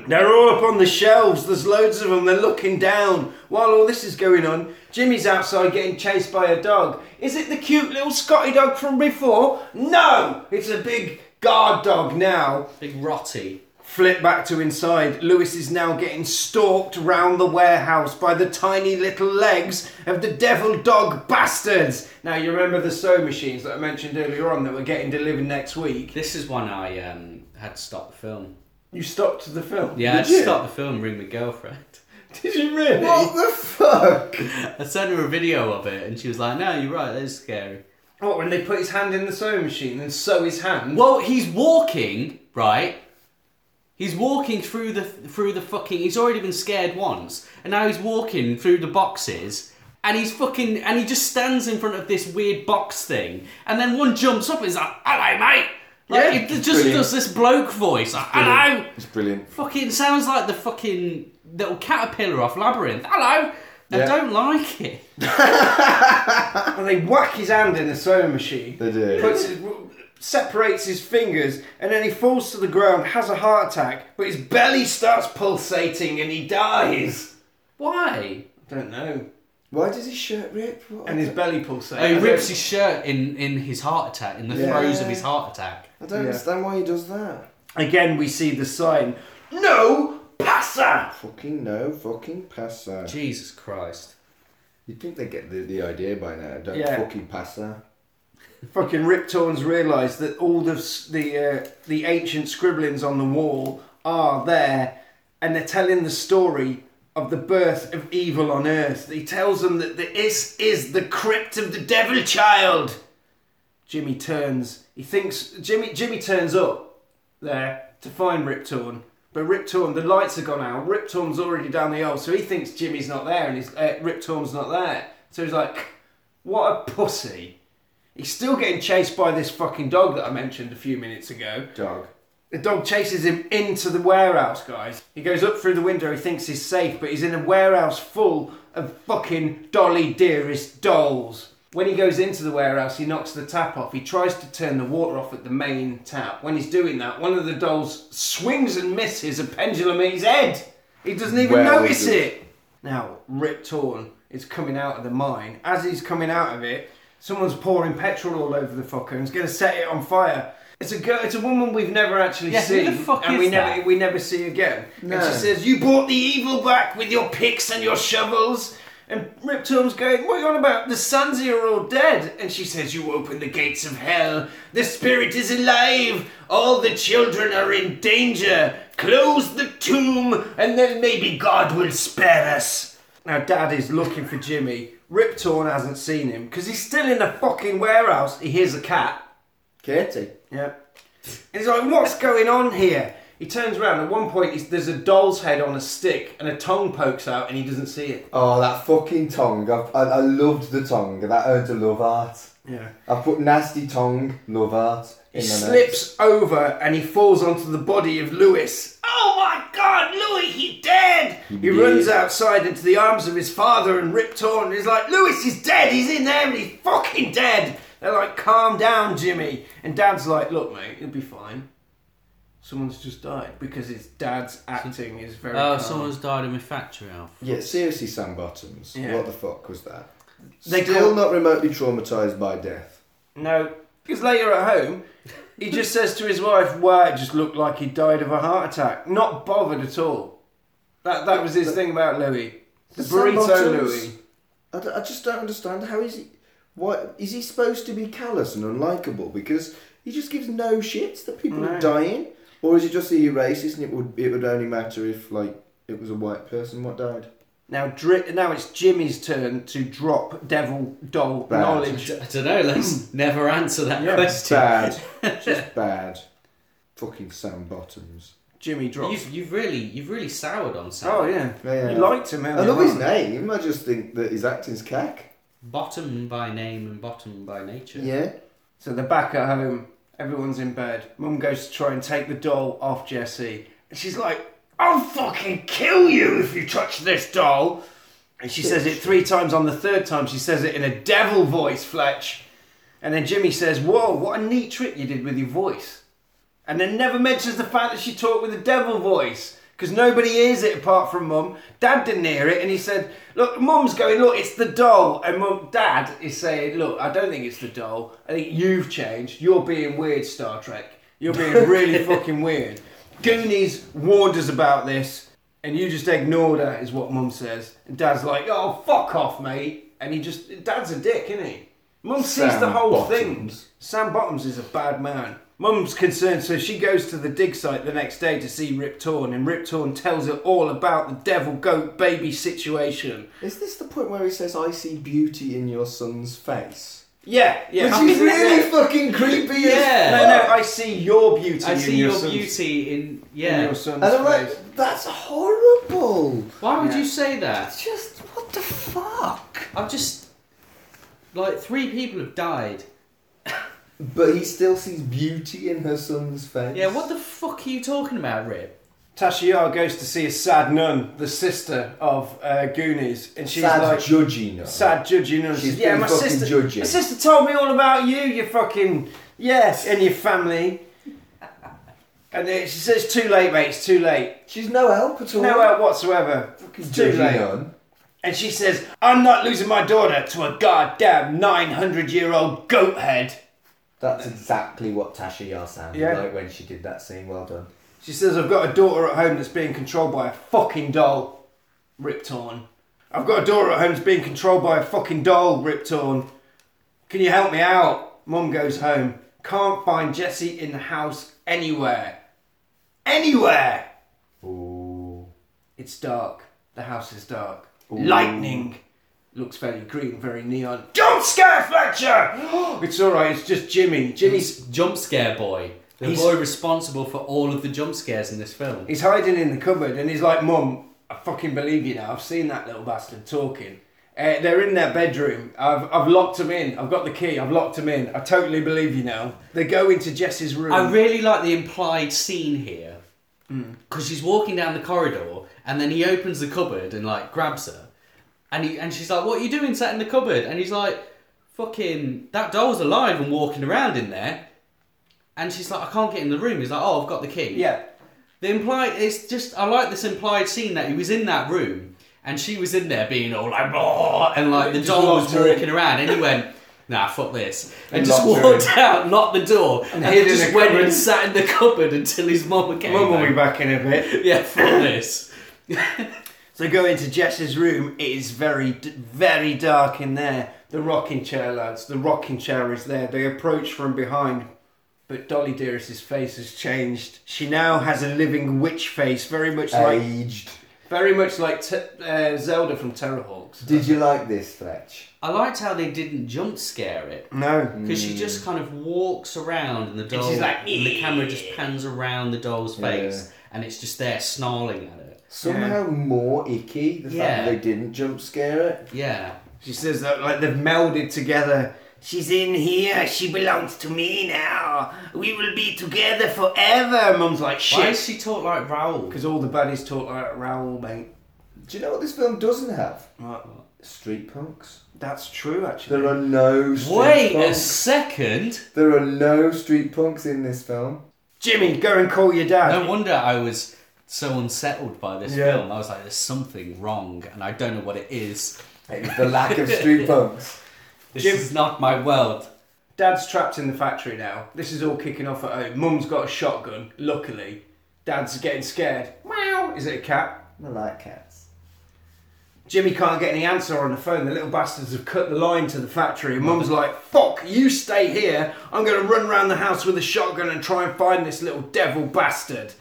Speaker 1: They're all up on the shelves. There's loads of them. They're looking down. While all this is going on, Jimmy's outside getting chased by a dog. Is it the cute little Scotty dog from before? No! It's a big guard dog now.
Speaker 2: Big rotty.
Speaker 1: Flip back to inside. Lewis is now getting stalked round the warehouse by the tiny little legs of the devil dog bastards. Now, you remember the sewing machines that I mentioned earlier on that were getting delivered next week?
Speaker 2: This is one I um, had to stop the film.
Speaker 1: You stopped the film.
Speaker 2: Yeah, I had
Speaker 1: Did
Speaker 2: to
Speaker 1: you?
Speaker 2: stop the film. Ring my girlfriend.
Speaker 1: Did you really?
Speaker 3: What the fuck?
Speaker 2: I sent her a video of it, and she was like, "No, you're right. That is scary."
Speaker 1: What, when Oh, they put his hand in the sewing machine and sew his hand?
Speaker 2: Well, he's walking, right? He's walking through the through the fucking. He's already been scared once, and now he's walking through the boxes, and he's fucking. And he just stands in front of this weird box thing, and then one jumps up and is like, "Hello, mate." Like
Speaker 1: Yeah,
Speaker 2: it just does this bloke voice, like, "Hello."
Speaker 3: It's brilliant.
Speaker 2: Fucking sounds like the fucking little caterpillar off Labyrinth. Hello. I
Speaker 3: Yeah.
Speaker 2: don't like it.
Speaker 1: And they whack his hand in the sewing machine.
Speaker 3: They do.
Speaker 1: Puts his, separates his fingers and then he falls to the ground, has a heart attack, but his belly starts pulsating and he dies.
Speaker 2: Why?
Speaker 1: Don't know.
Speaker 3: Why does his shirt rip? What-
Speaker 1: and his belly
Speaker 2: Oh, he
Speaker 1: pulsating.
Speaker 2: rips his shirt in, in his heart attack, in the
Speaker 3: Yeah.
Speaker 2: throes of his heart attack.
Speaker 3: I don't
Speaker 1: Yeah.
Speaker 3: understand why he does that.
Speaker 1: Again, we see the sign. No passa.
Speaker 3: Fucking no, fucking pass that.
Speaker 2: Jesus Christ.
Speaker 3: You'd think they get the, the idea by now. Don't
Speaker 1: Yeah.
Speaker 3: fucking pass that.
Speaker 1: Fucking Rip Torn's realised that all the s- the uh, the ancient scribblings on the wall are there, and they're telling the story of the birth of evil on Earth. He tells them that the Is is the crypt of the Devil Child. Jimmy turns. He thinks Jimmy Jimmy turns up there to find Rip Torn, but Rip Torn the lights are gone out. Rip Torn's already down the aisle, so he thinks Jimmy's not there and he's uh, Rip Torn's not there. So he's like, "What a pussy." He's still getting chased by this fucking dog that I mentioned a few minutes ago.
Speaker 3: Dog.
Speaker 1: The dog chases him into the warehouse, guys. He goes up through the window, he thinks he's safe, but he's in a warehouse full of fucking Dolly Dearest dolls. When he goes into the warehouse, he knocks the tap off. He tries to turn the water off at the main tap. When he's doing that, one of the dolls swings and misses a pendulum at his head. He doesn't even
Speaker 3: Well,
Speaker 1: notice
Speaker 3: good.
Speaker 1: it. Now, Rip Torn is coming out of the mine. As he's coming out of it, someone's pouring petrol all over the fucker and is going to set it on fire. It's a girl. It's a woman we've never actually
Speaker 2: Yeah, who
Speaker 1: seen,
Speaker 2: the fuck
Speaker 1: and
Speaker 2: is
Speaker 1: we
Speaker 2: that?
Speaker 1: never we never see again. And
Speaker 3: No.
Speaker 1: she says, "You brought the evil back with your picks and your shovels." And Rip Torn's going, "What are you on about? The sons here are all dead." And she says, "You opened the gates of hell. The spirit is alive. All the children are in danger. Close the tomb, and then maybe God will spare us." Now, Dad is looking for Jimmy. Rip Torn hasn't seen him because he's still in the fucking warehouse. He hears a cat.
Speaker 3: Katie.
Speaker 1: Yeah. And he's like, what's going on here? He turns around. At one point, he's, there's a doll's head on a stick, and a tongue pokes out, and he doesn't see it.
Speaker 3: Oh, that fucking tongue. I, I, I loved the tongue. That earned a love art.
Speaker 1: Yeah.
Speaker 3: I put nasty tongue, love art.
Speaker 1: He
Speaker 3: in my notes.
Speaker 1: slips over, and he falls onto the body of Lewis. Oh my God, Louis, he's dead! He
Speaker 3: Yeah.
Speaker 1: runs outside into the arms of his father and Rip Torn. He's like, Lewis is dead. He's in there, and he's fucking dead. They're like, calm down, Jimmy. And Dad's like, look, mate, it'll be fine. Someone's just died because his dad's acting is very.
Speaker 2: Oh,
Speaker 1: calm.
Speaker 2: someone's died in my factory, Alf.
Speaker 3: Yeah, seriously, Sam Bottoms.
Speaker 1: Yeah.
Speaker 3: What the fuck was that?
Speaker 1: They call-
Speaker 3: Still not remotely traumatized by death.
Speaker 1: No, because later at home, he just says to his wife, "Wow, it just looked like he died of a heart attack." Not bothered at all. That that was his thing about Louis. The
Speaker 3: Sam
Speaker 1: burrito
Speaker 3: Bottoms-
Speaker 1: Louis.
Speaker 3: I, d- I just don't understand. How is he? What is he supposed to be callous and unlikable? Because he just gives no shits that people are
Speaker 1: No.
Speaker 3: dying, or is it just that he racist and it would it would only matter if like it was a white person what died?
Speaker 1: Now, dri- now it's Jimmy's turn to drop devil doll
Speaker 3: Bad.
Speaker 1: knowledge.
Speaker 2: I don't know,
Speaker 1: Mm.
Speaker 2: let's never answer that
Speaker 1: Yeah,
Speaker 2: question.
Speaker 3: Bad, just bad. Fucking Sam Bottoms.
Speaker 1: Jimmy drops.
Speaker 2: You've, you've really you've really soured on Sam.
Speaker 1: Oh yeah,
Speaker 3: Yeah.
Speaker 1: you liked him.
Speaker 3: I
Speaker 1: haven't
Speaker 3: love
Speaker 1: you?
Speaker 3: his name. I just think that his acting's cack.
Speaker 2: Bottom by name and bottom by nature.
Speaker 3: Yeah.
Speaker 1: So they're back at home. Everyone's in bed. Mum goes to try and take the doll off Jessie. And she's like, I'll fucking kill you if you touch this doll. And she says it three times. On the third time, she says it in a devil voice, Fletch. And then Jimmy says, Whoa, what a neat trick you did with your voice. And then never mentions the fact that she talked with a devil voice. Because nobody hears it apart from mum. Dad didn't hear it, and he said, Look, mum's going, Look, it's the doll. And mum, dad is saying, Look, I don't think it's the doll. I think you've changed. You're being weird, Star Trek. You're being really fucking weird. Goonies warned us about this, and you just ignored her, is what mum says. And dad's like, Oh, fuck off, mate. And he just, dad's a dick, isn't he? Mum sees
Speaker 3: Sam
Speaker 1: the whole thing.
Speaker 3: Bottoms.
Speaker 1: Sam Bottoms is a bad man. Mum's concerned, so she goes to the dig site the next day to see Rip Torn, and Rip Torn tells her all about the devil goat baby situation.
Speaker 3: Is this the point where he says, "I see beauty in your son's face"?
Speaker 1: Yeah, yeah.
Speaker 3: Which is
Speaker 1: I mean,
Speaker 3: really fucking creepy. as
Speaker 2: Yeah.
Speaker 1: No,
Speaker 3: fuck.
Speaker 1: no, I see your beauty.
Speaker 2: I
Speaker 1: in
Speaker 2: see
Speaker 1: your,
Speaker 2: your
Speaker 1: son's-
Speaker 2: beauty in
Speaker 1: In
Speaker 2: yeah.
Speaker 1: your son's
Speaker 3: And I'm
Speaker 1: face.
Speaker 3: like, that's horrible.
Speaker 2: Why would
Speaker 1: Yeah.
Speaker 2: you say that?
Speaker 3: It's just what the fuck.
Speaker 2: I've just like three people have died.
Speaker 3: But he still sees beauty in her son's face.
Speaker 2: Yeah, what the fuck are you talking about, Rip?
Speaker 1: Tashiar goes to see a sad nun, the sister of uh, Goonies, and she's
Speaker 3: Sad
Speaker 1: like
Speaker 3: judgy now.
Speaker 1: sad judging nun.
Speaker 3: She's
Speaker 1: yeah,
Speaker 3: been
Speaker 1: my
Speaker 3: fucking
Speaker 1: sister.
Speaker 3: judging."
Speaker 1: My sister told me all about you. You fucking yes, and your family. And then she says, "It's "Too late, mate. It's too late.
Speaker 3: She's no help at all.
Speaker 1: No help whatsoever.
Speaker 3: Fucking
Speaker 1: It's too
Speaker 3: judgy
Speaker 1: late."
Speaker 3: nun.
Speaker 1: And she says, I'm not losing my daughter to a goddamn 900 year old goat head.
Speaker 3: That's exactly what Tasha Yar sounded
Speaker 1: Yeah.
Speaker 3: like when she did that scene. Well done.
Speaker 1: She says, I've got a daughter at home that's being controlled by a fucking doll, Rip Torn. I've got a daughter at home that's being controlled by a fucking doll, Rip Torn. Can you help me out? Mum goes home. Can't find Jessie in the house anywhere. Anywhere!
Speaker 3: Ooh.
Speaker 1: It's dark. The house is dark. Lightning looks very green, very neon. Don't scare Fletcher! it's alright, it's just Jimmy. Jimmy's
Speaker 2: Jump scare boy. The
Speaker 1: He's-
Speaker 2: boy responsible for all of the jump scares in this film.
Speaker 1: he's hiding in the cupboard and he's like, Mum, I fucking believe you now. I've seen that little bastard talking. Uh, they're in their bedroom. I've, I've locked them in. I've got the key. I've locked them in. I totally believe you now. They go into Jess's room. Hmm.
Speaker 2: I really like the implied scene here because she's walking down the corridor and then he opens the cupboard and like grabs her and he and she's like, "What are you doing sat in the cupboard?" And he's like, "Fucking that doll's alive and walking around in there." And she's like, "I can't get in the room." He's like, "Oh, I've got the key."
Speaker 1: yeah.
Speaker 2: The implied it's just I like this implied scene that he was in that room and she was in there being all like "Blah," and like the
Speaker 1: Just
Speaker 2: doll was
Speaker 1: locked her in.
Speaker 2: walking around and he went nah fuck this and
Speaker 3: And
Speaker 2: just
Speaker 3: locked her
Speaker 2: walked out locked the door and,
Speaker 1: hid in
Speaker 2: just
Speaker 1: a
Speaker 2: went
Speaker 1: cupboard.
Speaker 2: and sat in the cupboard until his mum came
Speaker 1: Mum will be
Speaker 2: home.
Speaker 1: back in a bit.
Speaker 2: yeah fuck this
Speaker 1: So go into Jess's room. It is very, d- very dark in there. The rocking chair, lads. The rocking chair is there. They approach from behind, but Dolly Dearest's face has changed. She now has a living witch face, very much like,
Speaker 3: Aged.
Speaker 1: very much like t- uh, Zelda from Terrorhawks.
Speaker 3: Did you like this, Fletch?
Speaker 2: I liked how they didn't jump scare it
Speaker 1: No,
Speaker 2: because she just kind of walks around and the doll
Speaker 1: Mm. she's like,
Speaker 2: and the camera just pans around the doll's face and it's just there snarling at it
Speaker 3: Somehow more icky the
Speaker 2: Yeah.
Speaker 3: fact that they didn't jump scare it.
Speaker 2: yeah
Speaker 1: she says that like they've melded together. She's in here. She belongs to me now. We will be together forever. Mum's like
Speaker 2: why does
Speaker 1: shit
Speaker 2: she talk like Raoul
Speaker 1: because all the buddies talk like Raoul, mate.
Speaker 3: Do you know what this film doesn't have?
Speaker 1: Right.
Speaker 3: Street punks.
Speaker 1: That's true, actually.
Speaker 3: There are no street
Speaker 2: Wait a
Speaker 3: punks.
Speaker 2: second.
Speaker 3: There are no street punks in this film.
Speaker 1: Jimmy, go and call your dad.
Speaker 2: No wonder I was so unsettled by this
Speaker 1: Yeah.
Speaker 2: film. I was like, there's something wrong, and I don't know what it is.
Speaker 3: It was the lack of street punks.
Speaker 2: This
Speaker 1: Jim-
Speaker 2: is not my world.
Speaker 1: Dad's trapped in the factory now. This is all kicking off at home. Mum's got a shotgun, luckily. Dad's getting scared. Meow. Is it a cat?
Speaker 3: I like cats.
Speaker 1: Jimmy can't get any answer on the phone. The little bastards have cut the line to the factory. And Mum's like, fuck, you stay here. I'm going to run round the house with a shotgun and try and find this little devil bastard.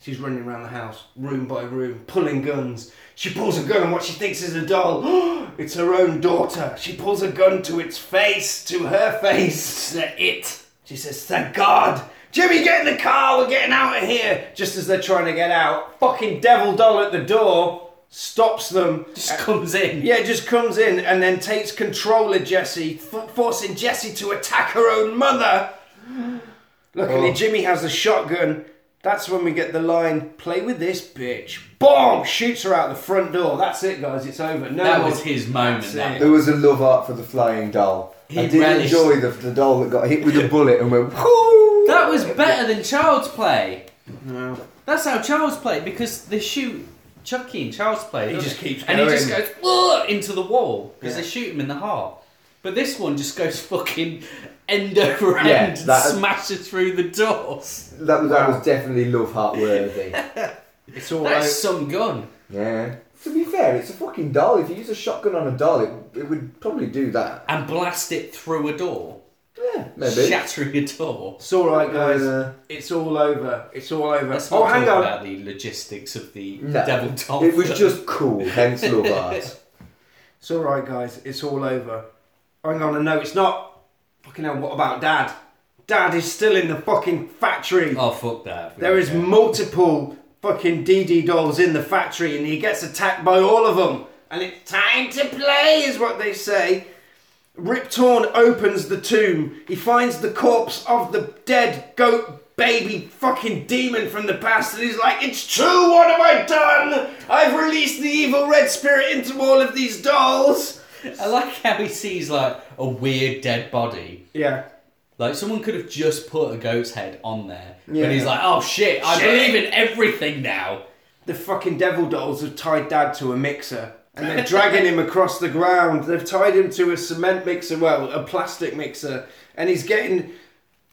Speaker 1: She's running around the house, room by room, pulling guns. She pulls a gun on what she thinks is a doll. it's her own daughter. She pulls a gun to its face, to her face, to it. She says, Thank God! Jimmy, get in the car, we're getting out of here! Just as they're trying to get out, fucking devil doll at the door stops them.
Speaker 2: Just comes in.
Speaker 1: Uh, Yeah, just comes in and then takes control of Jessie, f- forcing Jessie to attack her own mother. Luckily,
Speaker 3: Oh.
Speaker 1: Jimmy has a shotgun. That's when we get the line play with this bitch. Boom! Shoots her out the front door. That's it, guys. It's over. No
Speaker 2: That
Speaker 1: one-
Speaker 2: was his moment.
Speaker 1: That's
Speaker 2: That
Speaker 1: it.
Speaker 3: There was a love art for the flying doll. I did
Speaker 2: relished-
Speaker 3: enjoy the, the doll that got hit with a bullet and went whoo.
Speaker 2: That was better than Child's Play.
Speaker 1: No.
Speaker 2: That's how Child's Play because they shoot Chucky in Child's Play.
Speaker 1: He
Speaker 2: doesn't
Speaker 1: just keeps
Speaker 2: and he just
Speaker 1: going.
Speaker 2: goes "Ugh," into the wall because
Speaker 1: Yeah.
Speaker 2: they shoot him in the heart. But this one just goes fucking end over end
Speaker 3: Yeah,
Speaker 2: and
Speaker 3: that-
Speaker 2: smashes through the doors.
Speaker 3: That was, that
Speaker 1: Wow.
Speaker 3: was definitely love heart worthy.
Speaker 1: It's all
Speaker 2: That's
Speaker 1: right.
Speaker 2: some gun.
Speaker 3: yeah. To be fair, it's a fucking doll. If you use a shotgun on a doll, it, it would probably do that.
Speaker 2: and blast it through a door,
Speaker 3: Yeah, maybe.
Speaker 2: shattering a door.
Speaker 1: It's all right, guys.
Speaker 3: Uh,
Speaker 1: It's all over. It's all over.
Speaker 2: Let's not
Speaker 1: oh, hang
Speaker 2: talk
Speaker 1: on.
Speaker 2: about the logistics of the
Speaker 3: No.
Speaker 2: devil doll.
Speaker 3: It was
Speaker 2: film.
Speaker 3: just cool, hence love art.
Speaker 1: It's all right, guys. It's all over. Hang on. No, it's not. Fucking hell. What about Dad? Dad is still in the fucking factory.
Speaker 2: oh fuck that.
Speaker 1: There is multiple fucking DD dolls in the factory, and he gets attacked by all of them. And it's time to play, is what they say. Rip Torn opens the tomb. He finds the corpse of the dead goat baby fucking demon from the past, and he's like, "It's true. What have I done? I've released the evil red spirit into all of these dolls."
Speaker 2: I like how he sees like a weird dead body.
Speaker 1: Yeah.
Speaker 2: Like someone could have just put a goat's head on there,
Speaker 1: Yeah.
Speaker 2: but he's like, "Oh shit! I
Speaker 1: Shit.
Speaker 2: believe in everything now."
Speaker 1: The fucking devil dolls have tied dad to a mixer. and they're dragging him across the ground. They've tied him to a cement mixer, well, a plastic mixer, and he's getting.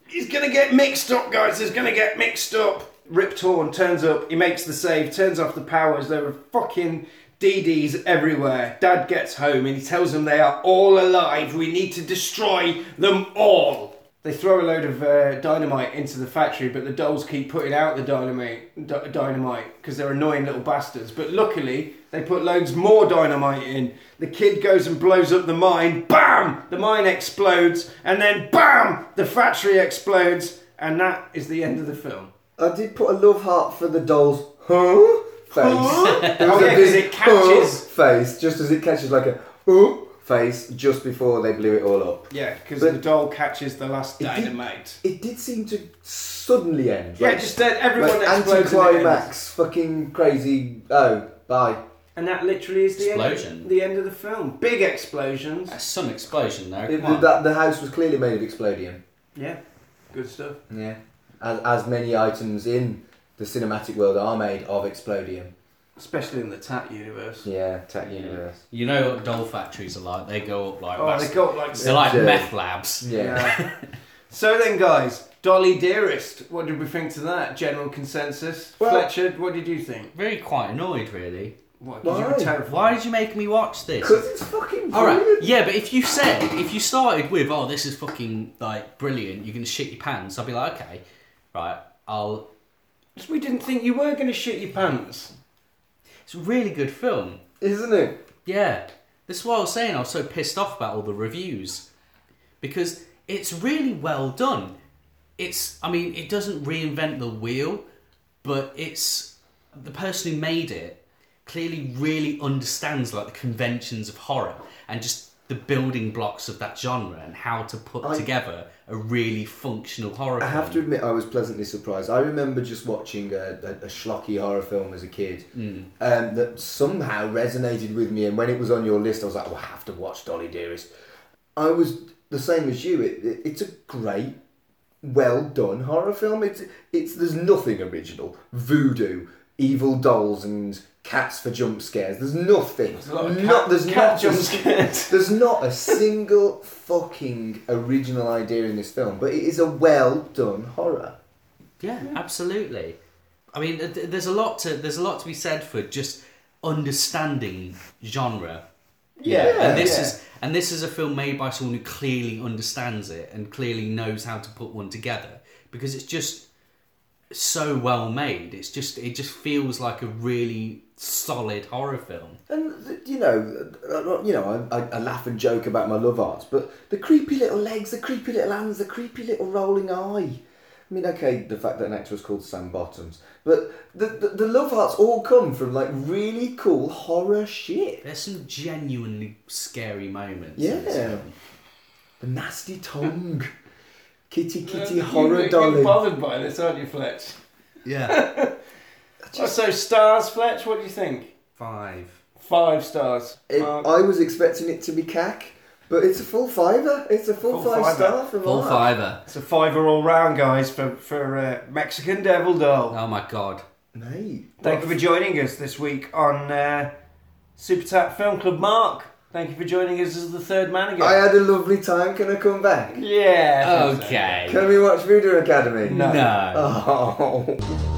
Speaker 1: He's gonna get mixed up, guys. He's gonna get mixed up. Rip Torn turns up. He makes the save. Turns off the powers. There are fucking DDs everywhere. Dad gets home and he tells them they are all alive. We need to destroy them all. They throw a load of uh, dynamite into the factory, but the dolls keep putting out the dynamite, d- dynamite, because they're annoying little bastards. But luckily, they put loads more dynamite in. The kid goes and blows up the mine. Bam! The mine explodes, and then bam! The factory explodes, and that is the end of the film.
Speaker 3: I did put a love heart for the doll's huh face.
Speaker 1: Huh?
Speaker 3: There was
Speaker 1: Oh,
Speaker 3: a
Speaker 1: yeah, 'cause
Speaker 3: big
Speaker 1: it catches.
Speaker 3: huh face just as it catches like a huh face just before they blew it all up.
Speaker 1: Yeah, because
Speaker 3: But-
Speaker 1: the doll catches the last
Speaker 3: It did-
Speaker 1: dynamite.
Speaker 3: It did seem to suddenly end.
Speaker 1: Yeah,
Speaker 3: like-
Speaker 1: just then everyone
Speaker 3: like
Speaker 1: explodes. and it ends.
Speaker 3: anticlimax, fucking crazy. Oh, bye.
Speaker 1: And that literally is the end,
Speaker 2: Explosion.
Speaker 1: of, the end of the film. Big explosions.
Speaker 2: That's some explosion there.
Speaker 3: It-
Speaker 2: Come on.
Speaker 3: that, the house was clearly made of explodium.
Speaker 1: Yeah, good stuff.
Speaker 3: Yeah. As, as many items in the cinematic world are made of explodium.
Speaker 1: Especially in the Tat universe.
Speaker 3: Yeah, Tech
Speaker 2: Yeah.
Speaker 3: Universe.
Speaker 2: You know what doll factories are like? They go up like
Speaker 1: Oh,
Speaker 2: bast-
Speaker 1: they got like.
Speaker 2: they're like
Speaker 3: Yeah.
Speaker 2: meth labs.
Speaker 3: Yeah.
Speaker 1: so then, guys, Dolly Dearest, what did we think to that? General consensus.
Speaker 3: Well-
Speaker 1: Fletcher, what did you think?
Speaker 2: Very quite annoyed, really.
Speaker 1: What? 'cause You were
Speaker 3: Why?
Speaker 1: terrified.
Speaker 2: Why did you make me watch this?
Speaker 3: Because it's fucking brilliant.
Speaker 2: All right, yeah, but if you said if you started with oh this is fucking like brilliant, you're gonna shit your pants. I'd be like okay, right, I'll.
Speaker 1: 'Cause We didn't think you were going to shit your pants.
Speaker 2: It's a really good film.
Speaker 3: Isn't it?
Speaker 2: Yeah, this is what I was saying. I was so pissed off about all the reviews because it's really well done. It's, I mean, it doesn't reinvent the wheel, but it's the person who made it clearly really understands like the conventions of horror and just the building blocks of that genre and how to put
Speaker 3: I-
Speaker 2: together a really functional horror.
Speaker 3: I have to
Speaker 2: film.
Speaker 3: admit, I was pleasantly surprised. I remember just watching a, a, a schlocky horror film as a kid um, that somehow resonated with me. And when it was on your list, I was like, well, I have to watch Dolly Dearest. I was the same as you. It, it, it's a great, well done horror film. It's, it's There's nothing original. Voodoo, evil dolls, and cats for jump scares. There's nothing.
Speaker 1: A lot of
Speaker 3: Not-
Speaker 1: cat-
Speaker 3: there's
Speaker 1: cat
Speaker 3: not
Speaker 1: jump
Speaker 3: a-
Speaker 1: scares.
Speaker 3: There's not a single fucking original idea in this film, but it is a well done horror.
Speaker 2: Yeah, absolutely. I mean, th- th- there's a lot to there's a lot to be said for just understanding genre.
Speaker 1: Yeah,
Speaker 2: and this
Speaker 3: yeah.
Speaker 2: is and this is a film made by someone who clearly understands it and clearly knows how to put one together because it's just so well made. It's just it just feels like a really solid horror film.
Speaker 3: And th- you know, uh, you know, I, I, I laugh and joke about my love arts, but the creepy little legs, the creepy little hands, the creepy little rolling eye. I mean, okay, the fact that an actor was called Sam Bottoms, but the, the, the love arts all come from like really cool horror shit.
Speaker 2: There's some genuinely scary moments. in this
Speaker 3: Yeah,
Speaker 2: film.
Speaker 3: the nasty tongue, kitty kitty
Speaker 1: You-
Speaker 3: horror
Speaker 1: you,
Speaker 3: dolly.
Speaker 1: You're bothered by this, aren't you, Fletch?
Speaker 2: yeah.
Speaker 1: so stars, Fletch. What do you think?
Speaker 2: Five.
Speaker 1: Five stars.
Speaker 3: It,
Speaker 1: Mark?
Speaker 3: I was expecting it to be cack, but it's a full fiver. It's a full,
Speaker 1: Full
Speaker 3: five
Speaker 1: fiver.
Speaker 3: star from
Speaker 2: Full
Speaker 3: Mark.
Speaker 2: fiver.
Speaker 1: It's a fiver all round, guys, for for uh, Mexican Devil Doll.
Speaker 2: Oh my god.
Speaker 3: Mate,
Speaker 1: Thank you for joining us this week on uh, Super Tap Film Club. Mark, thank you for joining us as the third man again.
Speaker 3: I had a lovely time. Can I come back?
Speaker 1: yeah. I think so.
Speaker 2: Okay.
Speaker 1: Mm.
Speaker 3: Can we watch Voodoo Academy?
Speaker 1: No.
Speaker 2: no.
Speaker 3: Oh.